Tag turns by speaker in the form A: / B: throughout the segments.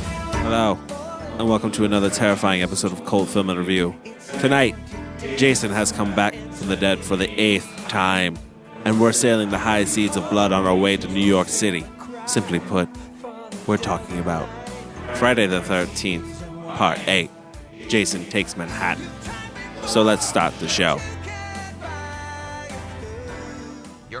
A: Hello, and welcome to another terrifying episode of Cold Film and Review. Tonight, Jason has come back from the dead for the eighth time, and we're sailing the high seas of blood on our way to New York City. Simply put, we're talking about Friday the 13th, Part 8 Jason Takes Manhattan. So let's start the show.
B: Your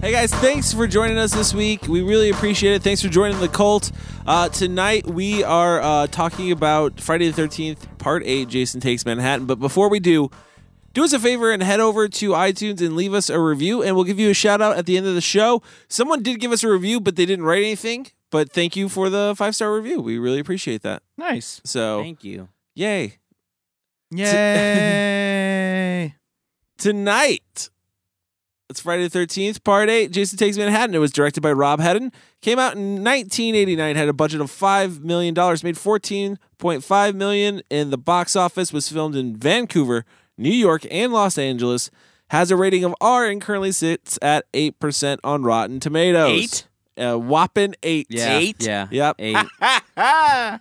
A: Hey guys, thanks for joining us this week. We really appreciate it. Thanks for joining the cult. Uh, tonight we are uh, talking about Friday the 13th, Part 8 Jason Takes Manhattan. But before we do, do us a favor and head over to iTunes and leave us a review, and we'll give you a shout out at the end of the show. Someone did give us a review, but they didn't write anything. But thank you for the five star review. We really appreciate that.
C: Nice.
A: So,
D: Thank you.
A: yay.
C: Yay.
A: tonight. It's Friday the 13th, part eight. Jason Takes Manhattan. It was directed by Rob Hedden. Came out in 1989, had a budget of $5 million, made $14.5 million in the box office, was filmed in Vancouver, New York, and Los Angeles. Has a rating of R and currently sits at 8% on Rotten Tomatoes. Eight? A whopping eight.
D: Yeah. Yeah.
A: Yep.
D: Eight.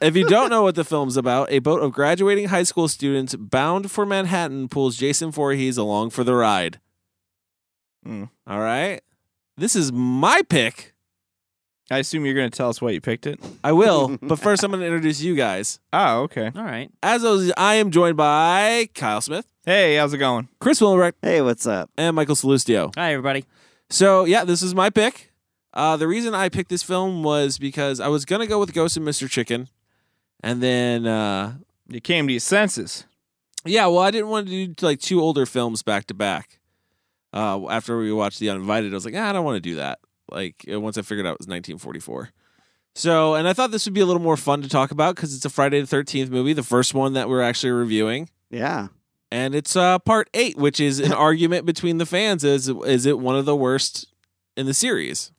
A: If you don't know what the film's about, a boat of graduating high school students bound for Manhattan pulls Jason Voorhees along for the ride.
E: Hmm.
C: Mm.
A: All right. This is my pick.
C: I assume you're going to tell us why you picked it.
A: I will, but first I'm going to introduce you guys.
C: Oh, okay.
D: All right.
A: As always, I am joined by Kyle Smith,
C: Hey, how's it going?
A: Chris Willenbrecht,
E: Hey, what's up?
A: and Michael Salustio.
D: Hi, everybody.
A: So, yeah, this is my pick. Uh, the reason I picked this film was because I was going to go with Ghost and Mr. Chicken. And then uh,
C: You came to your senses.
A: Yeah, well, I didn't want to do like two older films back to back. Uh, after we watched The Uninvited, I was like, ah, I don't want to do that. Like uh, once I figured out it was 1944. So, and I thought this would be a little more fun to talk about because it's a Friday the 13th movie, the first one that we're actually reviewing,
E: Yeah.
A: and it's uh, part eight, which is an argument between the fans: is is it one of the worst in the series?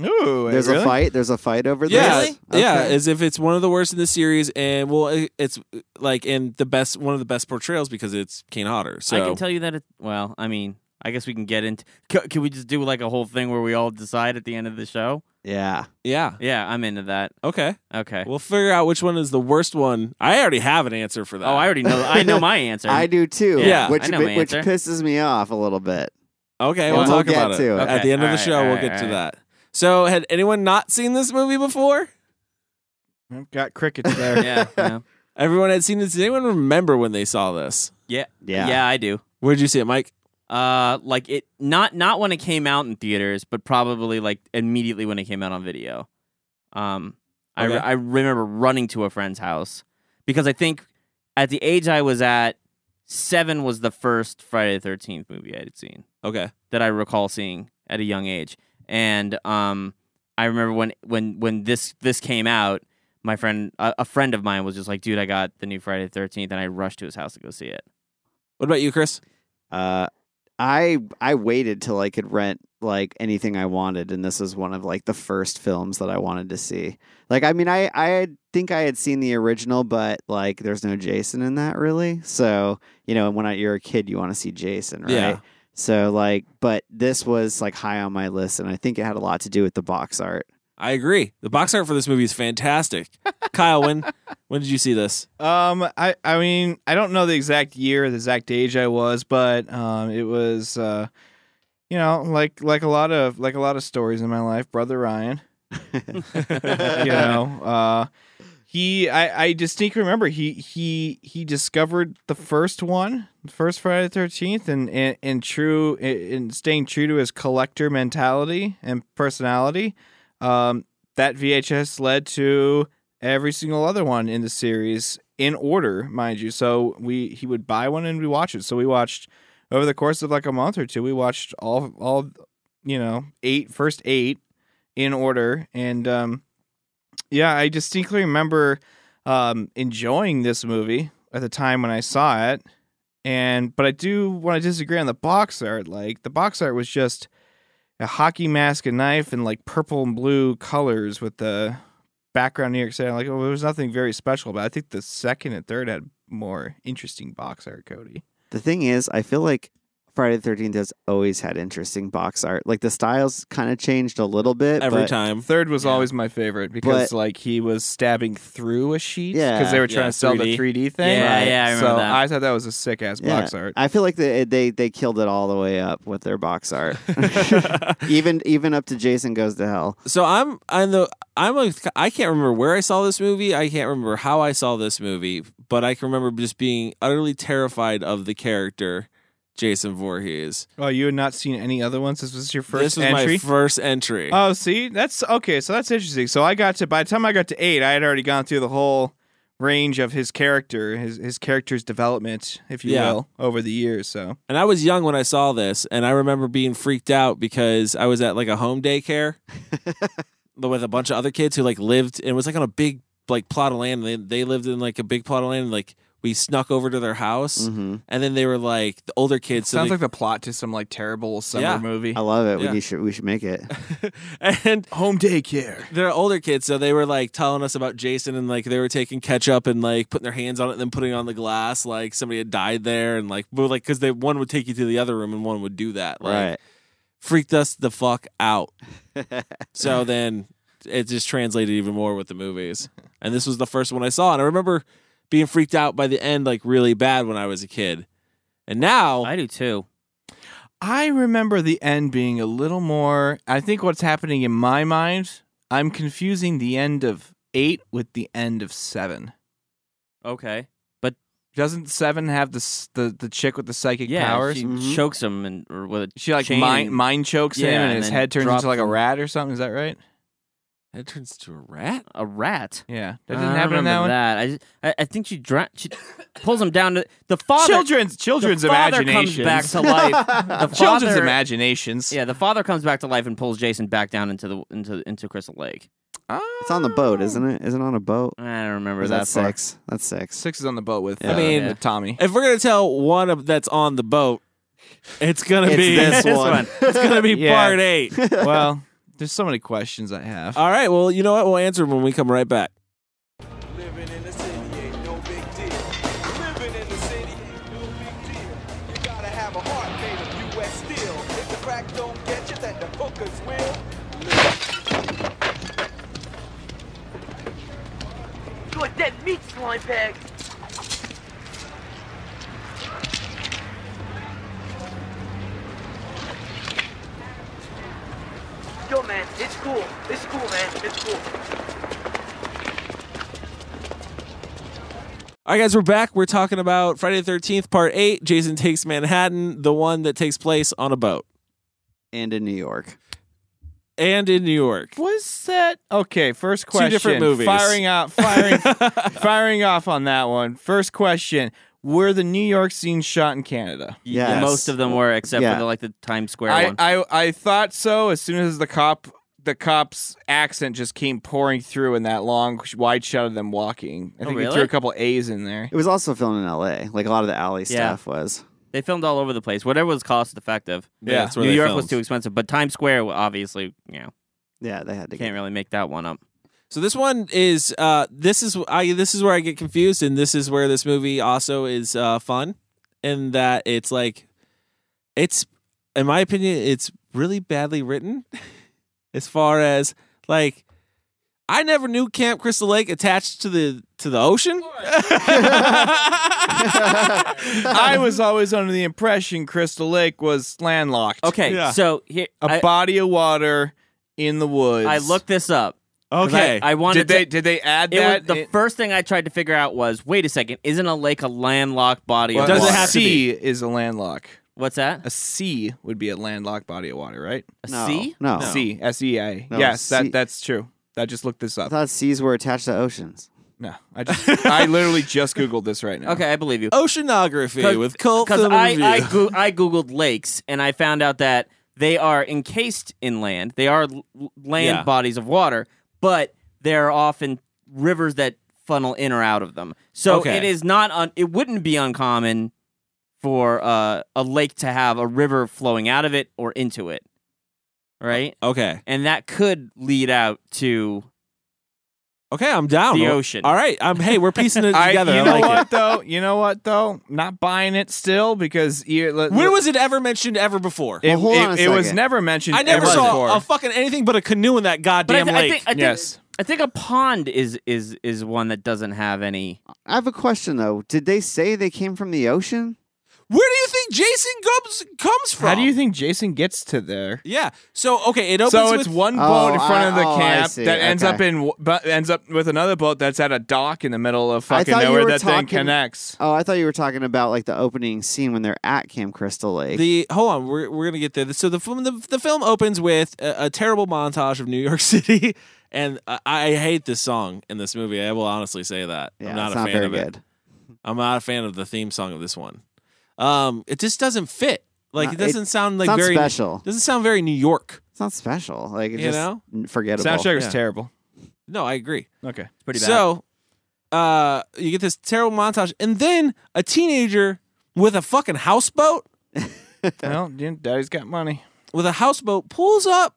C: Ooh, wait,
E: There's
C: really?
E: a fight. There's a fight over
A: Yeah,
E: this.
A: yeah,
E: Okay.
A: as if it's one of the worst in the series, and well, it- it's like and the best one of the best portrayals because it's Kane Hodder. So
D: I can tell you that it. Well, I mean, I guess we can get into. C- can we just do like a whole thing where we all decide at the end of the show?
E: yeah.
A: yeah,
D: Yeah, I'm into that.
A: okay.
D: Okay.
A: We'll figure out which one is the worst one. I already have an answer for that.
D: oh, I already know. I know my answer.
E: I do too.
A: Yeah,
E: which
D: I know my
E: which
D: answer.
E: pisses me off a little bit.
A: okay.
E: Yeah,
A: We'll,
E: we'll
A: talk
E: get
A: about it,
E: to it.
A: at the
D: Okay,
A: end of the
D: alright,
A: show. we'll
D: alright,
A: get to
D: alright.
A: that. So, had anyone not seen this movie before?
C: I've got crickets there.
D: Yeah. Yeah.
A: Everyone had seen this. Did anyone remember when they saw this?
D: Yeah.
E: Yeah.
D: Yeah, I do.
A: Where'd you see it, Mike?
D: Uh, like it not not when it came out in theaters, but probably like immediately when it came out on video. Um, I re-
A: Okay.
D: I remember running to a friend's house because I think at the age I was at, seven was the first Friday the Thirteenth movie I had seen
A: Okay.
D: that I recall seeing at a young age. And um, I remember when when when this this came out, my friend a, a friend of mine was just like, "Dude, I got the new Friday the Thirteenth, and I rushed to his house to go see it.
A: What about you, Chris?
E: Uh, I I waited till I could rent like anything I wanted, and this was one of like the first films that I wanted to see. Like, I mean, I I had- think I had seen the original, but like, there's no Jason in that really. So you know, when I, you're a kid, you want to see Jason, right?
A: Yeah.
E: So like, but this was like high on my list, and I think it had a lot to do with the box art.
A: I agree. The box art for this movie is fantastic. Kyle, when when did you see this?
C: Um, I, I mean, I don't know the exact year, the exact age I was, but um, it was, uh, you know, like like a lot of like a lot of stories in my life. Brother Ryan, you know, uh, he, I, I distinctly remember he he he discovered the first one, the first Friday the Thirteenth, and and and true and staying true to his collector mentality and personality. Um, that VHS led to every single other one in the series in order, mind you. So we he would buy one and we watch it. So we watched over the course of like a month or two, we watched all all you know, eight first eight in order. And um yeah, I distinctly remember um enjoying this movie at the time when I saw it. And but I do want to disagree on the box art. Like the box art was just a hockey mask, a knife, and like purple and blue colors with the background New York City. Like oh, there was nothing very special about. It. I think the second and third had more interesting box art, Cody.
E: The thing is, I feel like Friday the Thirteenth has always had interesting box art. Like the styles kind of changed a little bit
A: every
E: but-
A: time.
C: Um, Third was always my favorite because like he was stabbing through a sheet because
E: Yeah.
C: they were
D: Yeah,
C: trying to sell
D: 3D.
C: the 3D thing.
D: Yeah, yeah, I remember
C: so
D: that.
C: I thought that was a sick ass
E: Yeah.
C: box art.
E: I feel like they, they they killed it all the way up with their box art. even even up to Jason goes to hell.
A: so I'm I'm the I'm like I can't remember where I saw this movie. I can't remember how I saw this movie, but I can remember just being utterly terrified of the character Jason Voorhees.
C: Oh, you had not seen any other ones. This was your
A: this
C: first
A: was
C: entry.
A: my first entry.
C: oh, see, that's okay. So that's interesting. So I got to by the time I got to eight, I had already gone through the whole range of his character, his his character's development, if you
A: Yeah.
C: will, over the years. So
A: And I was young when I saw this, and I remember being freaked out because I was at like a home daycare with a bunch of other kids who like lived and it was like on a big like plot of land. They they lived in like a big plot of land. And, like we snuck over to their house,
E: Mhm.
A: and then they were like the older kids. so
C: Mm-hmm. sounds
A: they-
C: like the plot to some like terrible summer
A: Yeah.
C: movie.
E: I love it.
A: Yeah.
E: We should we should make it.
A: and
C: Home daycare.
A: they're older kids, so they were like telling us about Jason and like they were taking ketchup and like putting their hands on it and then putting it on the glass like somebody had died there and like we were like because they one would take you to the other room and one would do that like
E: right.
A: freaked us the fuck out. so then it just translated even more with the movies, and this was the first one I saw, and I remember being freaked out by the end like really bad when I was a kid, and now
D: I do too.
C: I remember the end being a little more. I think what's happening in my mind, I'm confusing the end of eight with the end of seven.
D: Okay.
C: Doesn't seven have the s- the, the chick with the psychic
D: Yeah,
C: powers?
D: she
E: Mhm.
D: chokes him and or with a
C: She like
D: chain
C: mind,
D: and-
C: mind chokes him,
D: Yeah,
C: and,
D: and
C: his
D: then
C: head turns
D: drops
C: into like a
D: him.
C: rat or something. Is that right?
A: it turns to a rat.
D: a rat.
C: Yeah, that
D: I
C: didn't
D: don't
C: happen in
D: remember
C: that one.
D: I, just, I I think she dra- she pulls him down to the father.
C: children's
D: the
C: children's
D: father comes
C: imaginations.
D: back to life. The
C: children's
D: father-
C: imaginations.
D: Yeah, the father comes back to life and pulls Jason back down into the into into Crystal Lake.
C: Ah,
E: It's on the boat, isn't it? Isn't it on a boat?
D: I don't remember
E: Or is
D: that,
E: that
D: far.
E: six? That's six.
C: Six is on the boat with.
E: Yeah.
C: uh,
E: I
A: mean-
C: with Tommy.
A: If we're gonna tell one of that's on the boat, it's gonna
E: It's
A: be
E: this
D: This
E: one.
D: one.
A: It's gonna be
C: Yeah.
A: part eight.
C: well, there's so many questions I have.
A: All right. Well, you know what? We'll answer them when we come right back.
F: Living in the city ain't no big deal. Living in the city ain't no big deal. You gotta have a heart made of U.S. steel. If the crack don't get you, then the hookers will.
G: You're a dead meat slime bag.
F: Yo, man, it's cool. It's cool, man. It's cool.
A: All right, guys, we're back. We're talking about Friday the 13th, part eight. Jason takes Manhattan, the one that takes place on a boat
E: And in New York.
A: and in New York.
C: Was that okay? First question.
A: different movies.
C: Firing out, firing, firing off on that one. First question: Were the New York scenes shot in Canada?
E: Yes.
D: Most of them were, except
E: Yeah.
D: for the, like the Times Square
C: I,
D: one.
C: I I thought so. As soon as the cop, the cop's accent just came pouring through in that long, wide shot of them walking. I
D: Oh,
C: think they
D: really?
C: threw a couple A's in there.
E: It was also filmed in LA. Like a lot of the alley
D: Yeah.
E: stuff was.
D: they filmed all over the place. Whatever was cost effective.
A: Yeah, that's where
D: New
A: they
D: York
A: filmed.
D: was too expensive, but Times Square wa- obviously, you know,
E: Yeah, they had to
D: can't
E: get
D: really make that one up.
A: So this one is uh this is I this is where I get confused and this is where this movie also is uh fun in that it's like it's in my opinion it's really badly written as far as like I never knew Camp Crystal Lake attached to the to the ocean.
C: I was always under the impression Crystal Lake was landlocked.
D: Okay, so here
C: a
D: I,
C: body of water in the woods.
D: I looked this up. 'cause
A: okay.
D: I, I wanted
C: Did they
D: to.
C: did they add
D: It was,
C: that?
D: the
C: in-
D: first thing I tried to figure out was, wait a second, isn't a lake a landlocked body
C: Well,
D: of
A: does it
D: water?
A: have to
C: sea is a landlock.
D: What's that?
C: A sea would be a landlocked body of water, right?
D: A
E: no,
D: sea?
E: No.
C: Sea, S E A.
E: No,
C: Yes,
E: sea.
C: that that's true. I just looked this
E: I
C: up.
E: thought seas were attached to oceans.
C: No, I just I literally just googled this right now.
D: Okay, I believe you.
A: Oceanography with cult
D: Because
A: film
D: I
A: review.
D: I, goo- I googled lakes and I found out that they are encased in land. They are l- l- land
A: Yeah.
D: bodies of water, but there are often rivers that funnel in or out of them. So
A: Okay.
D: it is not un- it wouldn't be uncommon for uh, a lake to have a river flowing out of it or into it, right?
A: Okay.
D: And that could lead out to
A: Okay, I'm down.
D: The
A: Well,
D: ocean.
A: All right. I'm hey, we're piecing it
C: I, you
A: together. I
C: know
A: like
C: what
A: it.
C: though? You know what though? Not buying it still because you, let-
A: When was it ever mentioned ever before?
C: it,
E: Well, hold
C: it,
E: on a
C: it was
E: second.
C: never mentioned.
A: I never
C: ever
A: saw
C: before.
A: a fucking anything but a canoe in that
D: But I,
A: goddamn
D: thi- I
A: lake.
D: think I think,
C: Yes.
D: I think a pond is is is one that doesn't have any.
E: I have a question though. Did they say they came from the ocean?
A: Where do you think Jason comes comes from?
C: How do you think Jason gets to there?
A: Yeah. So okay, it opens
C: So
A: with
C: it's one
E: Oh,
C: boat in front of the
E: I- oh, I
C: camp
E: see.
C: that ends
E: Okay.
C: up in w- bu- ends up with another boat that's at a dock in the middle of
E: I
C: fucking
E: thought you
C: nowhere
E: were
C: that
E: talking-
C: then connects.
E: Oh, I thought you were talking about like the opening scene when they're at Camp Crystal Lake.
A: The hold on, we're we're gonna get there. So the film the, the film opens with a, a terrible montage of New York City, and I, I hate this song in this movie. I will honestly say that
E: yeah,
A: I'm not
E: it's
A: a
E: not
A: fan
E: very
A: of it.
E: good.
A: I'm not a fan of the theme song of this one. Um, it just doesn't fit. Like
E: No,
A: it doesn't
E: it-
A: sound like
E: it's not
A: very
E: special.
A: Doesn't sound very New York.
E: It's not special. Like it's
A: You
E: just
A: know?
E: n- forgettable.
C: Soundtrack was
A: Yeah.
C: terrible.
A: No, I agree.
C: Okay.
D: It's pretty bad.
A: So, uh, you get this terrible montage, and then a teenager with a fucking houseboat
C: well, you- daddy's got money.
A: with a houseboat pulls up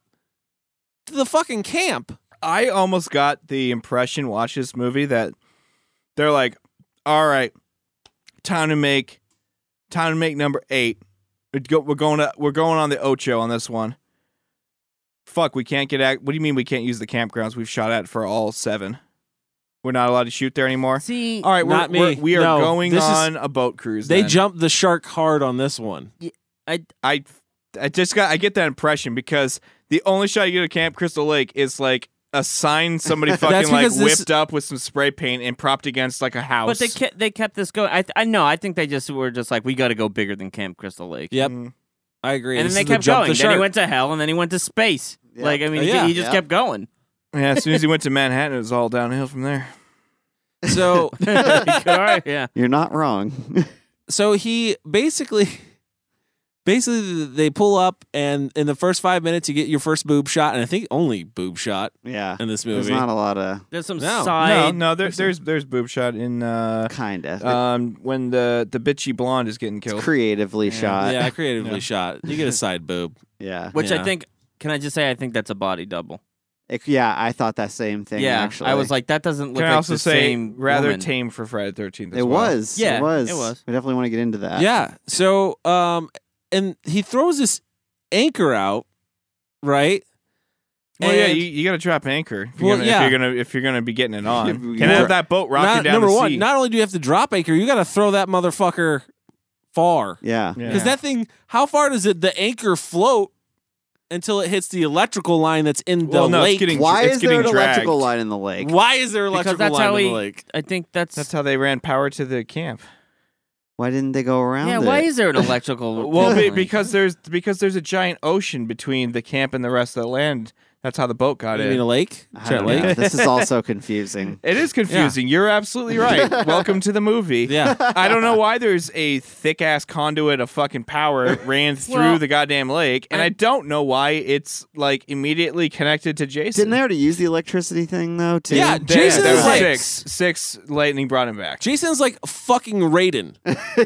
A: to the fucking camp.
C: I almost got the impression watch this movie that they're like, all right, time to make time to make number eight. We'd go- We're going to we're going on the Ocho on this one. Fuck, we can't get act. What do you mean we can't use the campgrounds we've shot at for all seven? We're not allowed to shoot there anymore.
D: see,
C: All right, we're,
A: Not me.
C: we're- we are
A: No,
C: going
A: this is-
C: on a boat cruise.
A: They
C: then.
A: jumped the shark hard on this one.
D: I
C: I I just got I get that impression because the only shot you get at Camp Crystal Lake is like a sign somebody
A: That's
C: fucking like
A: because this-
C: whipped up with some spray paint and propped against like a house.
D: but they kept they kept this going. I th- I know. I think they just were just like we got to go bigger than Camp Crystal Lake.
A: Yep,
C: Mm.
A: I agree.
D: And
A: This
D: then they
A: is the
D: kept
A: jump
D: going.
A: The
D: then
A: shark.
D: he went to hell, and then he went to space.
E: Yeah.
D: Like I mean,
A: Yeah.
D: he, he just
E: Yeah.
D: kept going.
C: yeah, as soon as he went to Manhattan, it was all downhill from there.
A: so,
D: yeah.
E: You're not wrong.
A: so he basically, basically they pull up, and in the first five minutes you get your first boob shot, and I think only boob shot
E: yeah.
A: in this
E: There's
A: movie.
E: not a lot of
D: There's some
A: No.
C: No,
D: side.
C: no, there, there's there's boob shot in uh
E: kind of
C: um when the the bitchy blonde is getting
E: It's
C: killed.
E: creatively shot.
A: yeah, creatively
C: Yeah.
A: shot. You get a side boob.
E: Yeah.
D: Which
A: Yeah.
D: I think. Can I just say I think that's a body double?
E: It- yeah, I thought that same thing
D: yeah.
E: actually.
D: I was like, that doesn't look
C: Can
D: like
C: I also
D: the
C: say
D: same
C: rather
D: woman.
C: tame for Friday Thirteenth?
E: it was.
D: Yeah,
E: it was.
D: it was.
E: We definitely want to get into that.
A: Yeah. So, um, and he throws this anchor out, right?
C: Well, yeah,
A: And-
C: you, you got to drop anchor. If you're,
A: Well,
C: gonna,
A: yeah.
C: if you're gonna if you're gonna be getting it on,
E: You-
C: can I have that boat rocking
A: Not-
C: down
A: number
C: the
A: one,
C: sea.
A: not only do you have to drop anchor, you got to throw that motherfucker far.
E: Yeah.
C: Yeah.
A: Because that thing, how far does it the anchor float until it hits the electrical line that's in the
C: Well, no, it's
A: lake?
C: getting-
E: Why
C: it's
E: is there an
C: getting
E: electrical
C: dragged.
E: line in the lake?
A: Why is there
D: Because
A: electrical
D: that's
A: line
D: how
A: in
D: he.
A: the lake?
D: I think that's.
C: That's how they ran power to the camp.
E: Why didn't they go around?
D: yeah. Why
E: it?
D: is there an electrical?
C: Well, be,
D: like-
C: because there's because there's a giant ocean between the camp and the rest of the land. That's how the boat got
A: You mean a
C: in.
A: lake?
E: I
A: Is there a
E: don't know.
A: lake?
E: this is also confusing.
C: It is confusing. You're absolutely right. Welcome to the movie.
A: Yeah.
C: I don't know why there's a thick ass conduit of fucking power ran through
D: Well,
C: the goddamn lake, and I,
D: I-
C: don't know why it's like immediately connected to Jason.
E: Didn't they already use the electricity thing though? Too?
A: Yeah,
C: There-
A: Jason
C: there
A: is
C: was
A: like
C: six, six lightning brought him back.
A: Jason's like fucking Raiden.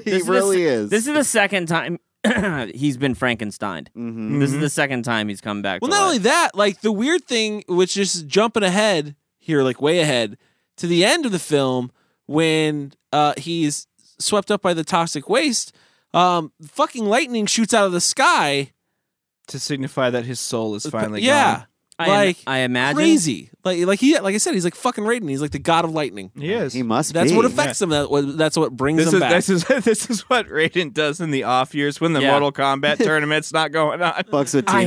E: he
D: the
E: really
D: se-
E: is.
D: This is the second time he's been Frankenstein.
E: hmm
D: This is the second time he's come back.
A: Well,
D: to
A: not
D: life.
A: only that, like the weird thing, which is jumping ahead here, like way ahead to the end of the film when uh, he's swept up by the toxic waste. Um, fucking lightning shoots out of the sky.
C: to signify that his soul is finally
A: yeah,
D: I, am-
A: like,
D: I imagine.
A: crazy. Like, like he, like I said, he's like fucking Raiden. He's like the god of lightning.
C: gone. He is.
E: He must
A: That's
E: be.
A: what affects him. That what- that's what brings
C: This
A: him
C: is,
A: back.
C: this is this is what Raiden does in the off years when the
D: Yeah.
C: Mortal Kombat tournament's not going on.
E: Fucks with
D: I'm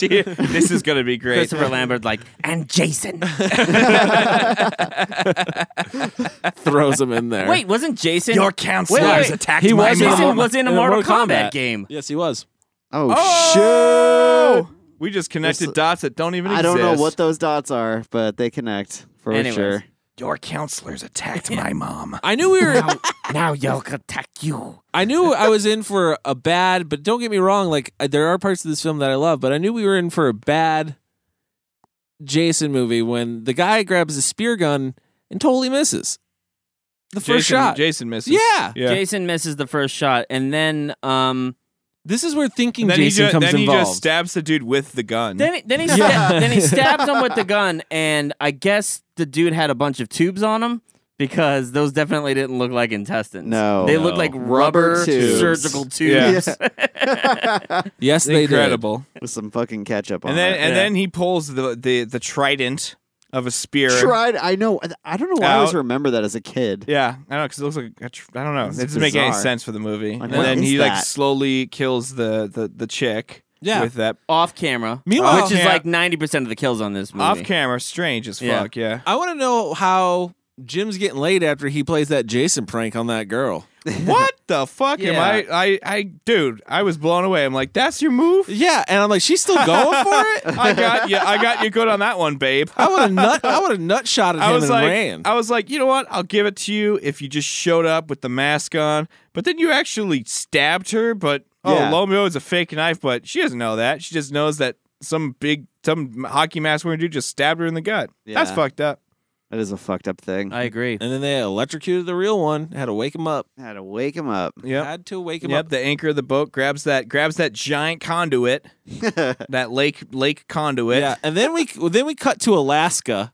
C: Fuck you. this is gonna be great.
D: Christopher Lambert, like, and Jason.
A: throws him in there.
D: Wait, wasn't Jason?
C: Your counselor
D: Wait, wait,
C: has
D: wait.
C: attacked
A: He
C: my
A: was
C: mom.
A: in
D: Jason was in a
A: In a
D: Mortal,
A: Mortal
D: Kombat,
A: Kombat.
D: game.
A: yes, he was.
E: Oh,
C: Oh, we just connected
E: This-
C: dots that don't even
E: I
C: exist.
E: don't know what those dots are, but they connect for
D: Anyways.
E: sure.
C: Your counselor's attacked my mom.
A: I knew we were.
D: Now y'all can attack you.
A: I knew I was in for a bad, but don't get me wrong. Like I- there are parts of this film that I love, but I knew we were in for a bad Jason movie when the guy grabs a spear gun and totally misses. the first
C: Jason,
A: shot.
C: Jason misses.
A: Yeah.
C: yeah.
D: Jason misses the first shot, and then um,
A: This is where thinking
C: And then
A: Jason
C: he just,
A: comes
C: then
A: involved.
C: he just stabs the dude with the gun.
D: then he- then he
A: Yeah.
D: sta- then he stabs him with the gun, and I guess the dude had a bunch of tubes on him because those definitely didn't look like intestines.
E: No.
D: they
E: No.
D: looked like
E: Rubber
D: rubber,
E: tubes.
D: surgical
C: Yeah.
D: tubes.
A: yes, they
C: Incredible.
E: with some fucking ketchup on
C: And then
E: it.
C: and
D: Yeah.
C: then he pulls the the, the trident of a spear.
E: tried. I know. I don't know why I always
C: Out.
E: remember that as a kid.
C: yeah, I don't know because it looks like a tr- I don't know.
E: It's
C: it doesn't make any
E: bizarre.
C: sense for the movie.
E: Like,
C: and
E: what
C: then
E: is
C: he like
E: that?
C: slowly kills the the, the chick.
A: Yeah.
C: with that
D: Off camera,
A: Meanwhile-
D: which is
C: Yeah.
D: like ninety percent of the kills on this movie.
C: off camera, strange as
D: Yeah.
C: fuck. Yeah.
A: I want to know how Jim's getting laid after he plays that Jason prank on that girl.
C: what the fuck am
D: Yeah.
C: I, I? I dude, I was blown away. I'm like, that's your move.
A: Yeah, and I'm like, she's still going for it.
C: I got you. I got you good on that one, babe.
A: I would have nut. I would have nut shot at
C: I
A: him
C: was
A: and
C: like,
A: ran.
C: I was like, you know what? I'll give it to you if you just showed up with the mask on. But then you actually stabbed her. But oh,
E: Yeah.
C: Lomeo is a fake knife, but she doesn't know that. She just knows that some big, some hockey mask wearing dude just stabbed her in the gut. That's
E: Yeah.
C: fucked up.
E: That is a fucked up thing. I
D: I agree.
A: and then they electrocuted the real one. Had to wake him up.
E: had to wake him up.
C: Yep.
A: Had to wake him
C: Yep.
A: up.
C: The anchor of the boat grabs that grabs that giant conduit, that lake lake conduit.
A: Yeah, and then we then we cut to Alaska.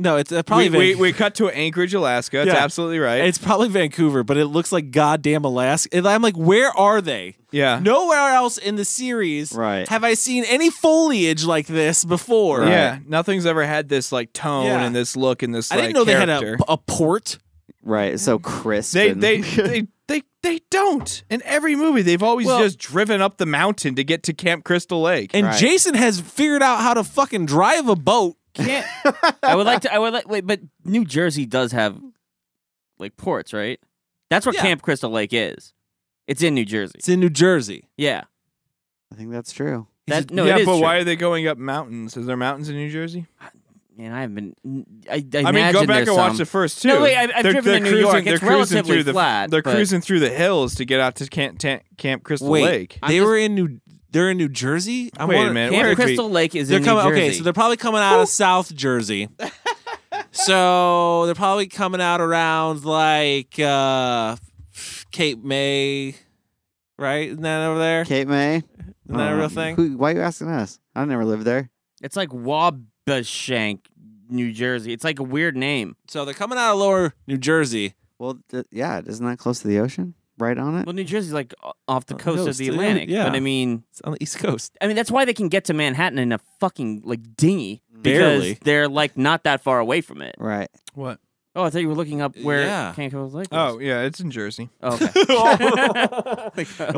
A: No, it's uh, probably
C: We, we,
A: Van-
C: we cut to Anchorage, Alaska. That's
A: Yeah.
C: absolutely right.
A: it's probably Vancouver, but it looks like goddamn Alaska. And I'm like, where are they?
C: yeah.
A: Nowhere else in the series
E: Right.
A: have I seen any foliage like this before.
C: Yeah, nothing's ever had this like tone
A: Yeah.
C: and this look and this.
A: I didn't
C: like,
A: know they
C: character.
A: had a, a port.
E: Right. it's So crisp.
C: They
E: and-
C: they, they they they don't. In every movie, they've always
A: Well-
C: just driven up the mountain to get to Camp Crystal Lake.
A: And
E: Right.
A: Jason has figured out how to fucking drive a boat.
D: Can't. I would like to. I would like. Wait, but New Jersey does have like ports, right? That's where
A: Yeah.
D: Camp Crystal Lake is. It's in New Jersey.
A: It's in New Jersey.
D: Yeah.
E: I think that's true.
D: That, no,
C: yeah,
D: it is
C: but
D: true.
C: why are they going up mountains? Is there mountains in New Jersey?
D: Man, I have been. I, I,
C: I mean, go
D: imagine
C: back
D: there's
C: and watch
D: some.
C: the first two.
D: No, wait, I- I've
C: they're,
D: driven
C: they're
D: to New York.
C: cruising- They're
D: It's
C: cruising
D: relatively
C: through the,
D: flat,
C: They're
D: but-
C: cruising through the hills to get out to Camp, Camp, Camp Crystal
A: Wait,
C: Lake.
D: I'm
A: they
D: just-
A: were in New. They're in New Jersey. I'm
C: Wait a
A: wondering-
C: minute, where is
D: Camp
C: we-
D: Crystal Lake is
A: They're
D: in
A: coming.
D: New Jersey.
A: Okay, so they're probably coming out of South Jersey. so they're probably coming out around like uh Cape May, right? Isn't that over there?
E: Kate May. Isn't
A: that a real thing?
E: Who, why are you asking us? I never lived there.
D: it's like Wabashank, New Jersey. It's like a weird name.
A: So they're coming out of Lower New Jersey.
E: Well, th- yeah. Isn't that close to the ocean? Right on it.
D: Well, New Jersey's like o- off the
A: Uh,
D: coast
A: no,
D: of the
A: it's-
D: Atlantic.
A: yeah.
D: But I mean,
A: It's on the East Coast.
D: I mean that's why they can get to Manhattan in a fucking like dinghy
A: Barely.
D: because they're like not that far away from it.
E: right.
C: What?
D: Oh, I thought you were looking up where
A: Yeah.
D: Camp Crystal Lake. is.
C: Oh yeah, it's in Jersey.
D: Oh, okay.
A: Wow,
D: Bated
A: dude.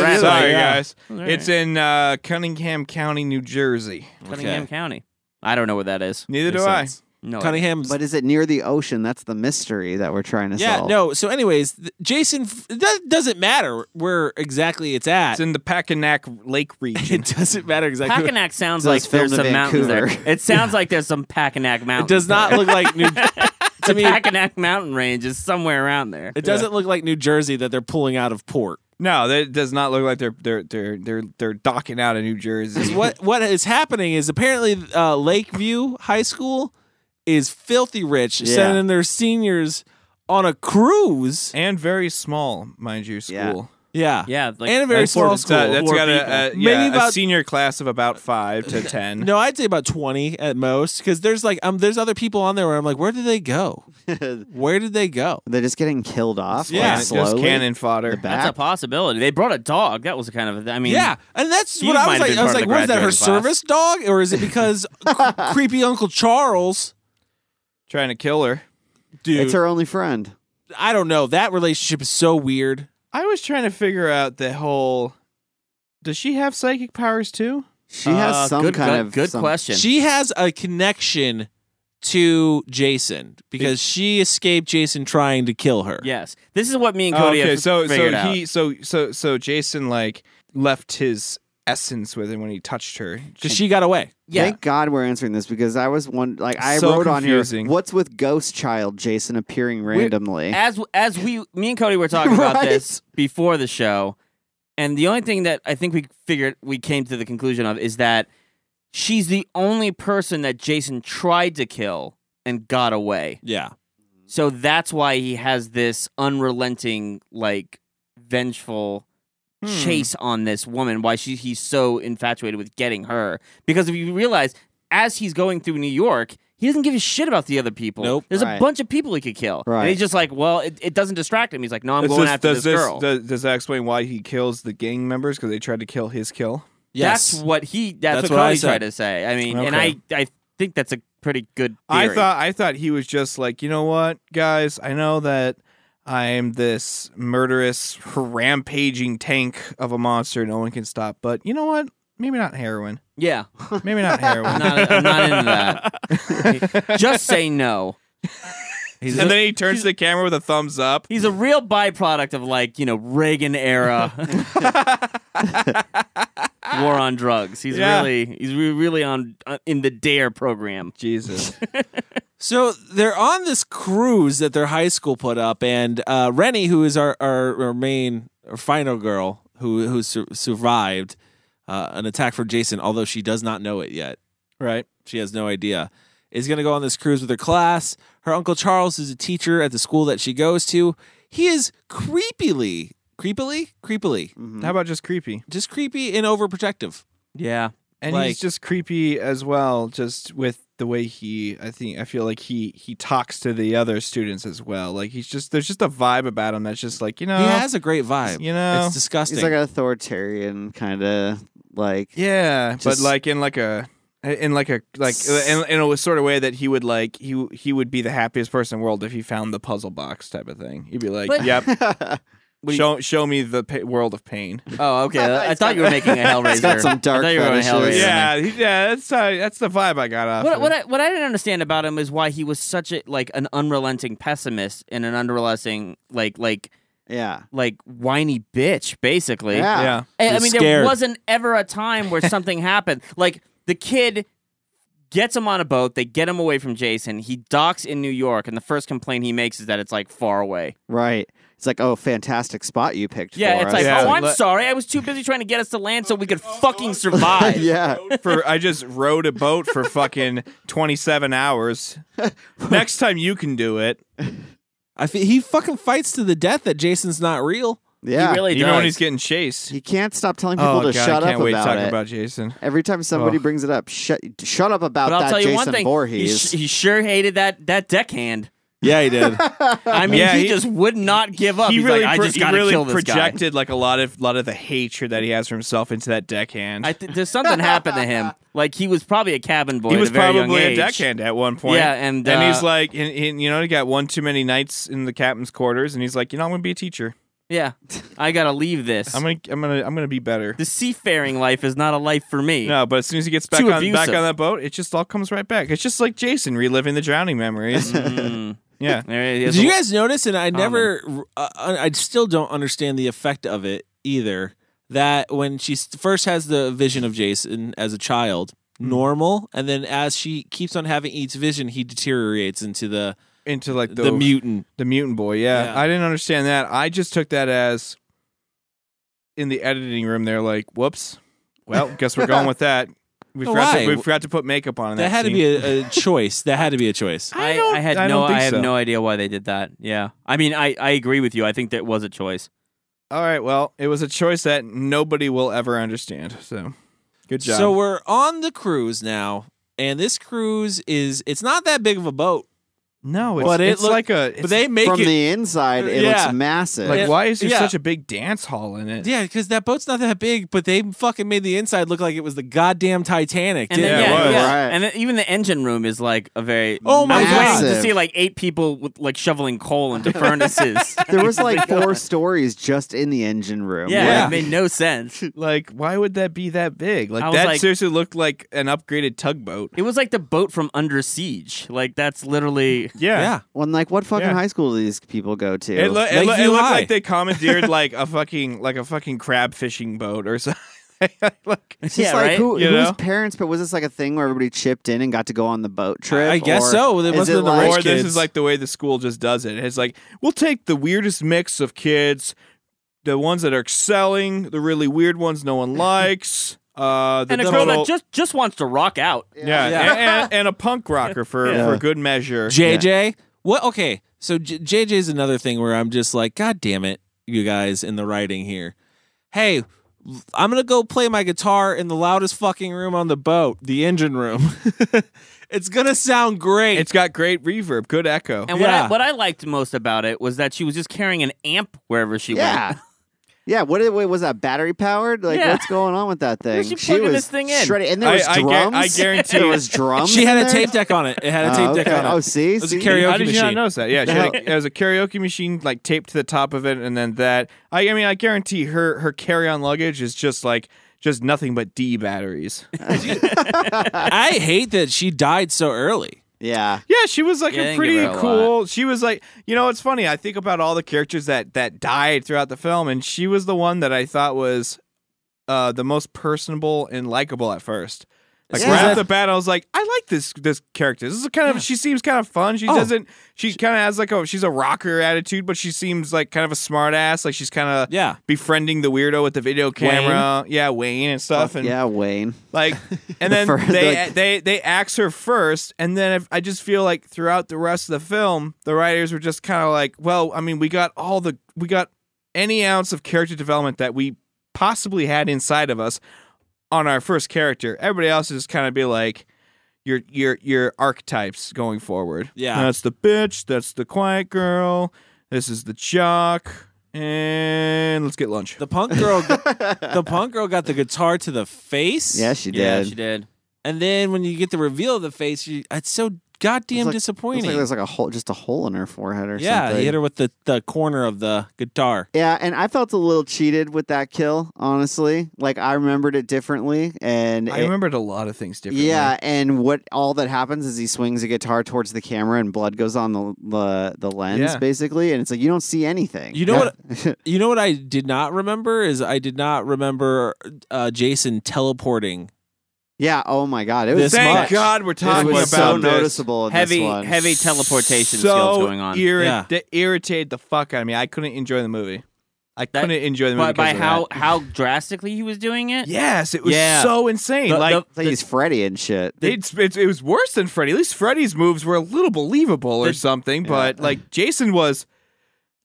D: breath.
C: Sorry
A: yeah.
C: guys, it's in uh, Cunningham County, New Jersey.
D: Cunningham
A: Okay.
D: County. I don't know where that is.
C: Neither
A: Makes
C: do I.
A: sense.
D: No,
A: Cunningham's
E: But is it near the ocean? That's the mystery that we're trying to
A: Yeah,
E: solve.
A: no. So, anyways, th- Jason, f- that doesn't matter where exactly it's at.
C: It's in the Pacanac Lake region.
A: it doesn't matter exactly. where-
D: Pacanac sounds
E: So
D: like
E: it's filmed
D: there's
E: in
D: some mountains there.
E: Vancouver.
D: It sounds like there's some Pacanac
A: It
D: mountains.
A: does not
D: there.
A: look like New.
D: the
A: to me, it
D: Pacanac mountain range is somewhere around there.
A: doesn't look like New Jersey that they're pulling out of port.
C: No, that does not look like they're they're they're they're they're docking out of New Jersey.
A: What what is happening is apparently uh, Lakeview High School is filthy rich,
E: Yeah.
A: sending their seniors on a cruise.
C: and very small, mind you, school.
E: Yeah.
A: Yeah,
D: Yeah, like
A: and a very
D: like
A: small
D: four-
C: It's got-
A: school.
C: that's
D: Four
C: got
D: people.
C: a, a,
A: Maybe
C: yeah, a
A: about-
C: senior class of about five to ten.
A: No, I'd say about twenty at most, because there's like um, there's other people on there where I'm like, where did they go? Where did they go?
E: They're just getting killed off.
A: Yeah,
E: like,
C: Cannon- just
E: slowly.
C: cannon fodder.
E: back.
D: That's a possibility. They brought a dog. That was kind of. I mean,
A: yeah, and that's
D: you
A: what I
D: might
A: was
D: have
A: like.
D: been
A: I was
D: part of
A: like,
D: the
A: what is that? Her
D: graduating class.
A: service dog, or is it because cr- creepy Uncle Charles?
C: Trying to kill her.
A: Dude,
E: It's her only friend.
A: I don't know. That relationship is so weird.
C: I was trying to figure out the whole. Does she have psychic powers too?
E: She has
D: uh,
E: some
D: good,
E: kind
D: good,
E: of
D: good
E: some-
D: question.
A: She has a connection to Jason because she escaped Jason trying to kill her.
D: yes, this is what me and
C: Oh,
D: Cody
C: okay,
D: have
C: so so
D: figured out.
C: he so so so Jason like left his essence with him when he touched her.
A: Because she got away.
D: yeah,
E: Thank God we're answering this because I was one like I
C: So
E: wrote on
C: confusing.
E: here. What's with Ghost Child Jason appearing randomly?
D: as as we me and Cody were talking about
E: Right?
D: this before the show, and the only thing that I think we figured we came to the conclusion of is that she's the only person that Jason tried to kill and got away.
A: Yeah.
D: So that's why he has this unrelenting, like vengeful
C: Hmm.
D: chase on this woman. Why she he's so infatuated with getting her. Because if you realize, as he's going through New York, he doesn't give a shit about the other people.
A: Nope.
D: There's
E: Right.
D: a bunch of people he could kill.
E: Right.
D: And he's just like, well, it, it doesn't distract him. He's like, no, I'm
C: Does
D: going
C: this-
D: after
C: does
D: this,
C: this-
D: girl.
C: Does, does that explain why he kills the gang members because they tried to kill his kill?
A: Yes.
D: That's what he. That's,
A: That's
D: what,
A: what I
D: Cody
A: said.
D: tried to say. I mean, and I,
C: Okay.
D: I think that's a pretty good.
C: I
D: theory.
C: thought I thought he was just like, you know what, guys, I know that I'm this murderous, rampaging tank of a monster no one can stop, but you know what? Maybe not heroin.
D: Yeah,
C: Maybe not heroin.
D: I'm not, I'm not into that. Just say no.
A: He's
C: and then he turns to the camera with a thumbs up.
D: He's a real byproduct of like you know Reagan era war on drugs. He's
C: Yeah.
D: really he's re- really on uh, in the Dare program.
C: Jesus.
A: So they're on this cruise that their high school put up, and uh, Rennie, who is our, our, our main our final girl who who sur- survived uh, an attack from Jason, although she does not know it yet.
C: right.
A: She has no idea. Is going to go on this cruise with her class. Her uncle Charles is a teacher at the school that she goes to. He is creepily, creepily, creepily,
C: How about just creepy?
A: just creepy and overprotective.
D: Yeah,
C: and
A: Like-
C: he's just creepy as well just with the way he i think i feel like he he talks to the other students as well like he's just there's just a vibe about him that's just like you know
A: he has a great vibe.
C: you know
A: it's disgusting.
E: He's like an authoritarian kind of like
C: yeah but
E: Just-
C: like in like a in like a like in, in a sort of way that he would like he he would be the happiest person in the world if he found the puzzle box type of thing he'd be like
D: But-
C: yep
D: What do you-
C: show show me the pa- world of pain
D: Oh, okay. I thought you were making a Hellraiser.
E: got some dark
D: I thought you were on a
E: fetishes.
D: Hellraiser.
C: yeah he- yeah that's how, that's the vibe i got off
D: What,
C: of
D: what
C: it.
D: I what I didn't understand about him is why he was such a like an unrelenting pessimist and an unrelenting like like
E: yeah.
D: like whiny bitch basically.
E: Yeah.
C: yeah
D: I, I
A: He's
D: mean, there
A: scared.
D: wasn't ever a time where something happened. Like the kid gets him on a boat, they get him away from Jason. He docks in New York, and the first complaint he makes is that it's like far away.
E: Right. It's like, oh, fantastic spot you picked.
D: Yeah,
E: for
D: it's
E: us.
D: like,
C: Yeah.
D: oh, I'm
C: Let-
D: sorry, I was too busy trying to get us to land so we could fucking survive.
E: yeah.
C: for I just rowed a boat for fucking 27 hours. Next time you can do it.
A: I fe- he fucking fights to the death that Jason's not real.
E: Yeah.
D: He really
C: Even
D: does.
C: when he's getting chased.
E: He can't stop telling people to shut
C: Oh, I can't
E: up
C: wait
E: about
C: talking
E: it.
C: about Jason.
E: Every time somebody
C: Ugh.
E: brings it up, shut shut up about
D: but I'll
E: that
D: tell you
E: Jason
D: one thing: he,
E: Voorhees.
D: sh- he sure hated that that deckhand.
A: Yeah, he did.
D: I mean,
C: Yeah,
D: he,
C: he-
D: just would not give up.
C: he
D: He's
C: really,
D: like, I
C: pro-
D: just
C: he
D: gotta
C: really
D: kill this
C: projected like a lot of lot of the hatred that he has for himself into that deckhand.
D: guy. I th- there's something happened to him. Like he was probably a cabin boy.
C: he was
D: at a very young
C: probably a
D: age.
C: deckhand at one point.
D: Yeah, and,
C: and
D: uh,
C: he's like, and, and, you know, he got one too many nights in the captain's quarters, and he's like, you know, I'm gonna be a teacher.
D: Yeah, I gotta leave this.
C: I'm gonna, I'm gonna, I'm gonna be better.
D: the seafaring life is not a life for me.
C: No, but as soon as he gets back
D: too
C: on back
D: abusive.
C: on that boat, it just all comes right back. It's just like Jason reliving the drowning memories.
D: Mm.
C: yeah.
D: There he is.
A: Did you guys notice? And I never, uh, I still don't understand the effect of it either. That when she s- first has the vision of Jason as a child, normal, and then as she keeps on having each vision, he deteriorates into the
C: into like the
A: the mutant.
C: the mutant boy. Yeah.
A: Yeah.
C: I didn't understand that. I just took that as in the editing room. They're like, "Whoops, well, guess we're going with that." We
A: No,
C: forgot,
A: why?
C: to, we forgot to put makeup on. in
A: That, had to be a, a choice. That had to be a choice.
C: I
D: I,
C: don't-
D: I had
C: I
D: no.
C: don't think
D: I have
C: so.
D: no idea why they did that. Yeah, I mean, I, I agree with you. I think that was a choice.
C: All right. Well, it was a choice that nobody will ever understand. So, good job.
A: So we're on the cruise now, and this cruise is—it's not that big of a boat,
C: no, it's,
A: but it
C: it's
A: look-
C: like
A: but
C: a. it's-
A: they make
E: From
A: it.
E: the inside, it
A: Yeah.
E: looks massive.
C: like,
A: Yeah.
C: why is there
A: yeah.
C: such a big dance hall in it?
A: yeah, because that boat's not that big, but they fucking made the inside look like it was the goddamn Titanic.
D: And
A: didn't
D: then,
A: they?
C: it
D: yeah,
C: was.
D: yeah.
E: Right.
D: and then even the engine room is like a very.
A: Oh my
D: I was waiting to
E: Massive.
D: see like eight people with like shoveling coal into furnaces.
E: there was like four stories just in the engine room.
D: yeah,
A: Yeah.
D: it made no sense.
C: Like, why would that be that big?
D: I
C: Like,
D: was
C: that
D: like-
C: seriously looked like an upgraded tugboat.
D: It was like the boat from Under Siege. Like that's literally.
C: Mm.
A: yeah.
E: When like what fucking
C: Yeah.
E: high school do these people go to?
C: It, loo- it,
A: Like
C: loo- it
A: you
C: looked
A: high.
C: like they commandeered like a fucking like a fucking crab fishing boat or something. like,
E: it's just
D: yeah,
E: like
D: right?
E: who,
C: You
E: whose
C: know?
E: parents? But was this like a thing where everybody chipped in and got to go on the boat trip?
A: I guess
E: or
A: so. They
E: is
A: must
E: it
A: have been the
E: like-
A: rich
C: or this
A: kids.
C: is like the way the school just does it. It's like we'll take the weirdest mix of kids, the ones that are excelling, the really weird ones no one likes, uh, the
D: And a girl
C: total,
D: that just just wants to rock out.
C: yeah,
A: Yeah.
C: And, and, and a punk rocker for
E: Yeah.
C: for good measure.
A: JJ, What? Okay. So J- JJ is another thing where I'm just like, God damn it, you guys in the writing here. Hey, I'm gonna go play my guitar in the loudest fucking room on the boat, the engine room. it's gonna sound great.
C: It's got great reverb, good echo.
D: And what
A: Yeah.
D: I what I liked most about it was that she was just carrying an amp wherever she
E: Yeah.
D: went.
E: Yeah, what did- wait, was that battery powered? Like,
D: Yeah.
E: what's going on with that thing?
D: she plugging
E: was
D: this thing in?
E: shredding- and there was
C: I- I guar-
E: drums.
C: I guarantee
E: there
C: you-
E: was drums.
A: she had
E: in
A: a
E: there?
A: tape deck on it. It had a tape
E: oh,
A: deck
E: okay.
A: on it.
E: Oh, see,
A: It was a
E: see?
A: karaoke
C: How did you
A: machine.
C: not notice that? Yeah, she had a, it was a karaoke machine like taped to the top of it, and then that. I, I mean, I guarantee her her carry on luggage is just like just nothing but D batteries.
A: I hate that she died so early.
E: Yeah,
C: yeah, she was like
D: Yeah, they
C: a
D: didn't
C: pretty
D: give her a
C: cool. She was like, you know, it's funny. I think about all the characters that that died throughout the film, and she was the one that I thought was uh, the most personable and likable at first. Like
A: Yeah.
C: right
A: Yeah.
C: off the bat, I was like, I like this this character. This is kind of she seems kind of fun. She
A: Oh.
C: doesn't. She kind of has like a she's a rocker attitude, but she seems like kind of a smart ass. Like she's kind of
A: Yeah.
C: befriending the weirdo with the video camera. Yeah, Wayne and stuff.
D: Oh,
C: and
E: yeah, Wayne.
C: like, and
E: The
C: then
E: fir-
C: they,
E: like-
C: they they axe her first, and then if, I just feel like throughout the rest of the film, the writers were just kind of like, well, I mean, we got all the we got any ounce of character development that we possibly had inside of us on our first character. Everybody else is kind of be like. Your your your archetypes going forward.
A: Yeah.
C: that's the bitch. That's the quiet girl. This is the jock. And let's get lunch.
A: The punk girl, the punk girl got the guitar to the face.
E: Yeah, she did.
D: Yeah, she did.
A: And then when you get the reveal of the face, you, it's so goddamn
E: It's like- It's
A: disappointing.
E: like there's like a hole, just a hole in her forehead or
A: yeah,
E: something.
A: he hit her with the, the corner of the guitar.
E: Yeah, and I felt a little cheated with that kill, honestly. Like I remembered it differently, and
C: I
E: it-
C: remembered a lot of things differently.
E: yeah, and what all that happens is he swings a guitar towards the camera, and blood goes on the the, the lens,
C: Yeah.
E: basically, and it's like you don't see anything.
A: You know what? You know what I did not remember is I did not remember uh, Jason teleporting.
E: yeah. Oh my god, it was
A: This
E: so
C: Thank
A: much.
C: God we're
E: It
C: talking
E: was
C: about
E: so
C: this.
E: noticeable. In
D: Heavy
E: this one.
D: heavy teleportation
C: so
D: skills going on.
C: Irri-
A: Yeah.
C: that irritated the fuck out of me. I couldn't enjoy the movie. I
D: That-
C: couldn't enjoy the movie
D: by by
C: because of
D: how
C: that.
D: how drastically he was doing it.
C: Yes, it was
D: Yeah.
C: so insane.
D: The-
C: like
E: It's like he's Freddy and shit.
C: it's, it's it was worse than Freddy. At least Freddy's moves were a little believable or
D: The-
C: something, but like Jason was